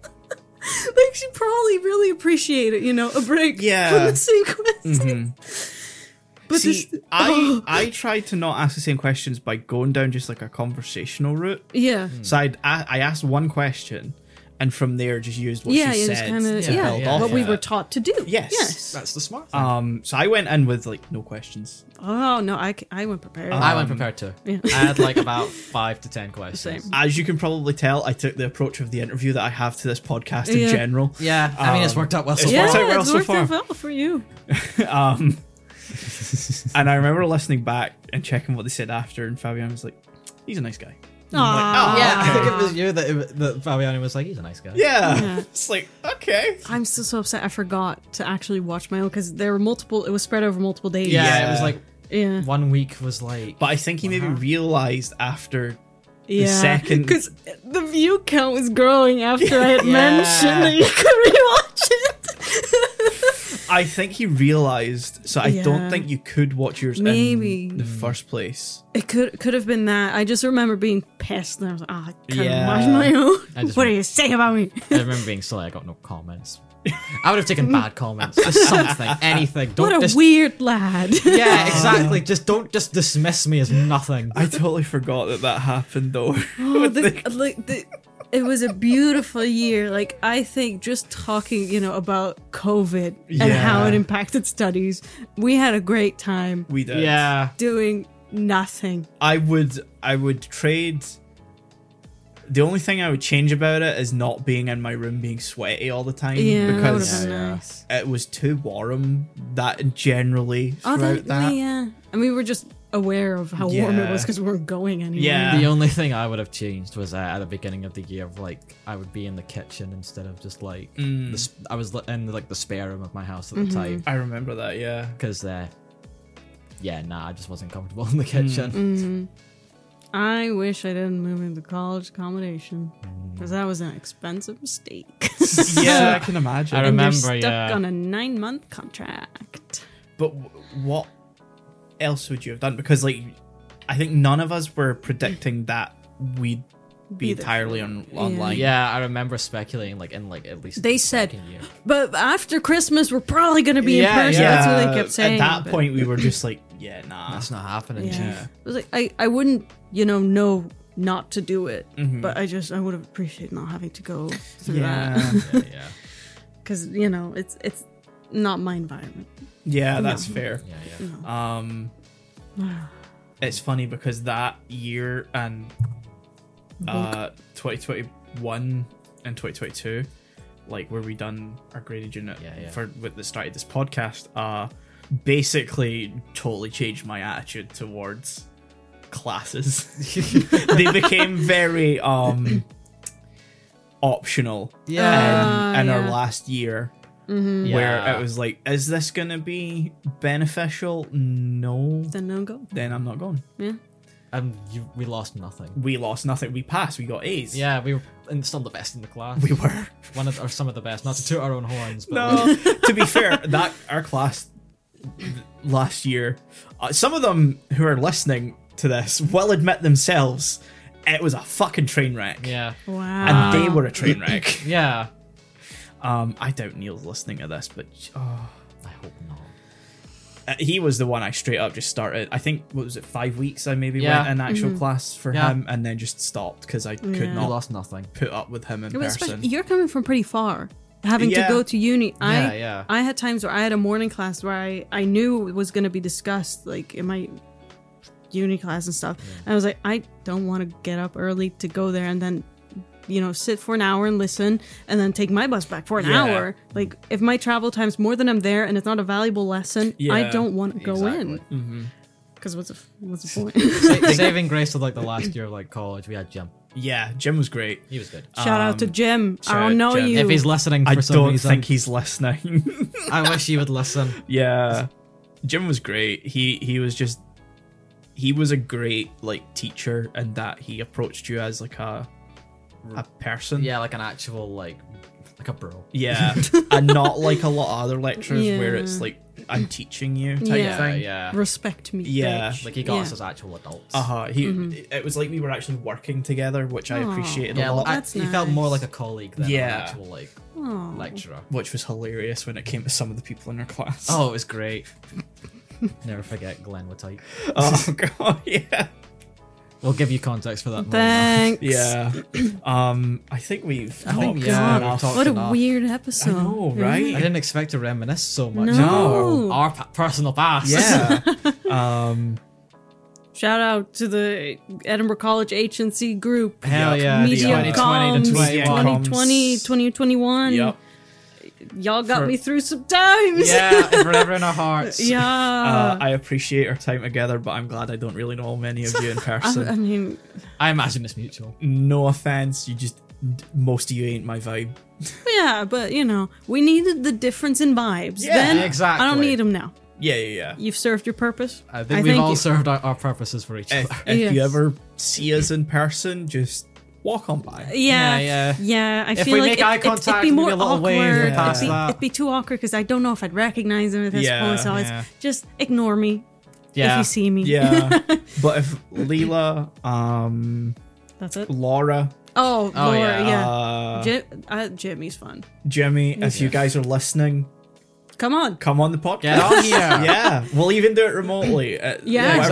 like she probably really appreciate it, you know, a break Yeah. from the same questions. Mm-hmm. But See, this, *laughs* oh, I I tried to not ask the same questions by going down just like a conversational route. yeah, Mm. So I'd, I I asked one question, and from there just used what yeah, she it was said kind of to yeah, build yeah, off what we of were it. taught to do. Yes. That's the smart thing. Um. So I went in with like no questions. Oh no, I, c- I went prepared. Uh, I went prepared *laughs* to. I had like about five to ten questions. Um, Same. As you can probably tell, I took the approach of the interview that I have to this podcast in Yeah. general. Yeah, I mean it's Um, worked out well so it's yeah, worked far. out well it's so worked far. out well for you. Um. and I remember listening back and checking what they said after, and Fabian was like, "He's a nice guy." Aw. oh, Yeah, I okay. think it was you that, it, that Fabiani was like, he's a nice guy. Yeah. *laughs* Yeah. it's like okay. I'm still so upset. I forgot to actually watch my own because there were multiple. It was spread over multiple days. yeah, Yeah. it was like Yeah. One week was like. But I think he maybe Uh-huh. Wow. realized after Yeah. second- Because the view count was growing after I *laughs* had Yeah. mentioned that you could rewatch it. I think he realized, so I Yeah. don't think you could watch yours Maybe. in the first place. *laughs* it could could have been that. I just remember being pissed and I was like, oh, I can't Yeah. watch my I own. just *laughs* What do rem- you say about *laughs* me? I remember being silly. I got no comments. I would have *laughs* taken bad comments. Just something, anything. Don't What a just, weird *laughs* lad. Yeah, exactly. Just don't just dismiss me as nothing. I totally forgot that that happened *gasps* though. *laughs* Oh, the, like the, it was a beautiful year. Like I think just talking, you know, about COVID and how Yeah. it impacted studies, we had a great time we did. yeah. doing nothing. I would I would trade the only thing I would change about it is not being in my room being sweaty all the time Mm, Yeah, that because would've been Yeah, yeah. nice. it was too warm that generally throughout Other, Oh, that. yeah, and we were just aware of how warm it Yeah. was because we weren't going anywhere. Yeah. The only thing I would have changed was uh, at the beginning of the year, of, like I would be in the kitchen instead of just like the Mm. sp- I was li- in like the spare room of my house at the Mm-hmm. time I remember that, yeah. because uh, yeah, nah, I just wasn't comfortable in the Mm. kitchen. Mm. I wish I didn't move into college accommodation because that was an expensive mistake. *laughs* *laughs* yeah, I can imagine. I And remember, you're stuck yeah. on a nine-month contract. *laughs* But w- what else would you have done? Because like, I think none of us were predicting that we'd be, Be there. entirely on online. Yeah, I remember speculating like in like at least They the said- second *laughs* year. But after Christmas, we're probably going to be Yeah, in person. yeah. That's what they kept saying. At that but- point, we were just like, yeah, nah. that's not happening. yeah. Chief. I was like, I, I wouldn't, you know, know not to do it, Mhm. but I just, I would have appreciated not having to go through that. *laughs* yeah, *laughs* Yeah, yeah, Because, you know, it's, it's not my environment. yeah, that's fair. yeah, yeah. *sighs* Um, it's funny because that year and uh 2021 and 2022 like where we done our graded unit Yeah, yeah. for with the start of this podcast uh basically totally changed my attitude towards *laughs* classes they became very um optional Oh, Um, Yeah. in, in our yeah. last year Yeah. where it was like is this gonna be beneficial no Then no go. then i'm not going Yeah. and you, we lost nothing. we lost nothing we passed we got a's Yeah, we were and still the best in the class. we *laughs* were one of or some of the best. Not to toot our own horns, but like, No, *laughs* to be fair, that our class th- last year, uh, some of them who are listening to this will admit themselves it was a fucking train wreck, yeah, Uh. Wow. and they were a *laughs* train wreck. yeah. um, I doubt Neil's listening to this, but oh, I hope not. uh, he was the one I straight up just started. I think what was it, five weeks? I maybe Yeah. went an actual class for Yeah. him, and then just stopped because I could Mm-hmm. Yeah. We not lost nothing. put up with him in But especially- person. you're coming from pretty far, having Yeah. to go to uni. I, Yeah, yeah. I had times where I had a morning class where I, I knew it was going to be discussed, like in my uni class and stuff. And I was like, I don't want to get up early to go there and then, you know, sit for an hour and listen and then take my bus back for an Yeah. hour. Like, if my travel time's more than I'm there and it's not a valuable lesson, I Yeah, don't want to go in. *laughs* exactly. Because what's, the f- what's the point? *laughs* *laughs* Sa- saving grace of like the last year of like college, we had Jim. yeah, Jim was great. He was good. Shout out to Jim. Um, shout I out don't know Jim. you. If he's listening for I some don't reason, think he's *laughs* listening. I wish he would listen. Yeah. Jim was great. He he was just he was a great like teacher and that he approached you as like a a person. *laughs* Yeah, like an actual like like a bro. Yeah. and not like a lot of other lecturers where Yeah. it's like I'm teaching you type Yeah. Yeah, thing. yeah. Respect me. Yeah, bitch. Like he got Yeah. us as actual adults. Uh huh. He it was like we were actually working together, which I Aw. appreciated a Yeah, lot. like, I- That's he felt more nice. like a colleague than Yeah. an actual like Aw. lecturer. which was hilarious when it came to some of the people in our class. Oh, it was great. *laughs* Never forget Glenn Wittite. *laughs* oh god, *laughs* yeah. We'll give you context for that. more now. *laughs* Thanks. Yeah. *clears throat* Um I think we've I think talked yeah, enough. we've talked What a enough. weird episode. I know, right? I didn't expect to reminisce so much. No. about Our p- personal past. Yeah. um Shout out to the Edinburgh College H&C *laughs* group. Hell yeah. the Media uh, 2020 to comms. 21. Media 2020, comms. 2021. yep. Y'all got For- me through some times. Yeah, and forever in our hearts. *laughs* Yeah. Uh, I appreciate our time together, but I'm glad I don't really know many of *laughs* you in I, I person. mean, I imagine it's mutual. no offense, you just most of you ain't my vibe. yeah, but you know, we needed the difference in vibes. Yeah, then exactly. I don't need them now. Yeah, yeah, yeah. You've served your purpose. I think Uh, we've all served our, our purposes for each other. If, if you Yes. ever see us in person, just walk on by. Yeah, Yeah, yeah, I If feel we like make it, eye it- it'd contact, be maybe more a little awkward. wave it'd, past be, that. it'd be too awkward because I don't know if I'd recognize him at this Yeah, point. So yeah. it's just ignore me if Yeah. you *laughs* see me. Yeah. *laughs* but if Leela, um, *laughs* that's it. Laura, Oh, Oh, Laura, yeah. yeah. uh, Jim, uh, Jimmy's fun. *laughs* Jimmy, if you guys are listening, Come on, come on the podcast. Get on *laughs* here. yeah, we'll even do it remotely. It, Yeah. whatever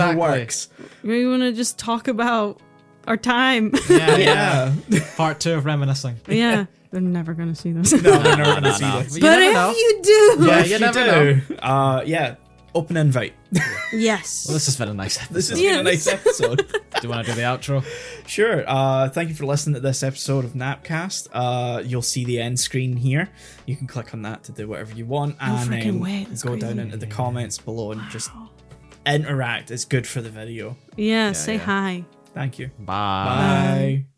Exactly. works. we want to just talk about our time. *laughs* Yeah, Yeah, Part two of reminiscing. yeah, they're never gonna see *laughs* this. no, they're not gonna see this. You But never if know. you do, Yeah, If you you never do, Uh, yeah, open invite. *laughs* yes, Well, this has been a nice episode. This has been a Yes. nice episode. Do you want to do the outro? Sure. Uh, thank you for listening to this episode of Napcast. Uh, you'll see the end screen here. You can click on that to do whatever you want, and freaking then way, that's go down crazy. into the comments below and just interact. It's good for the video. yeah, say yeah. hi. Thank you. Bye. Bye.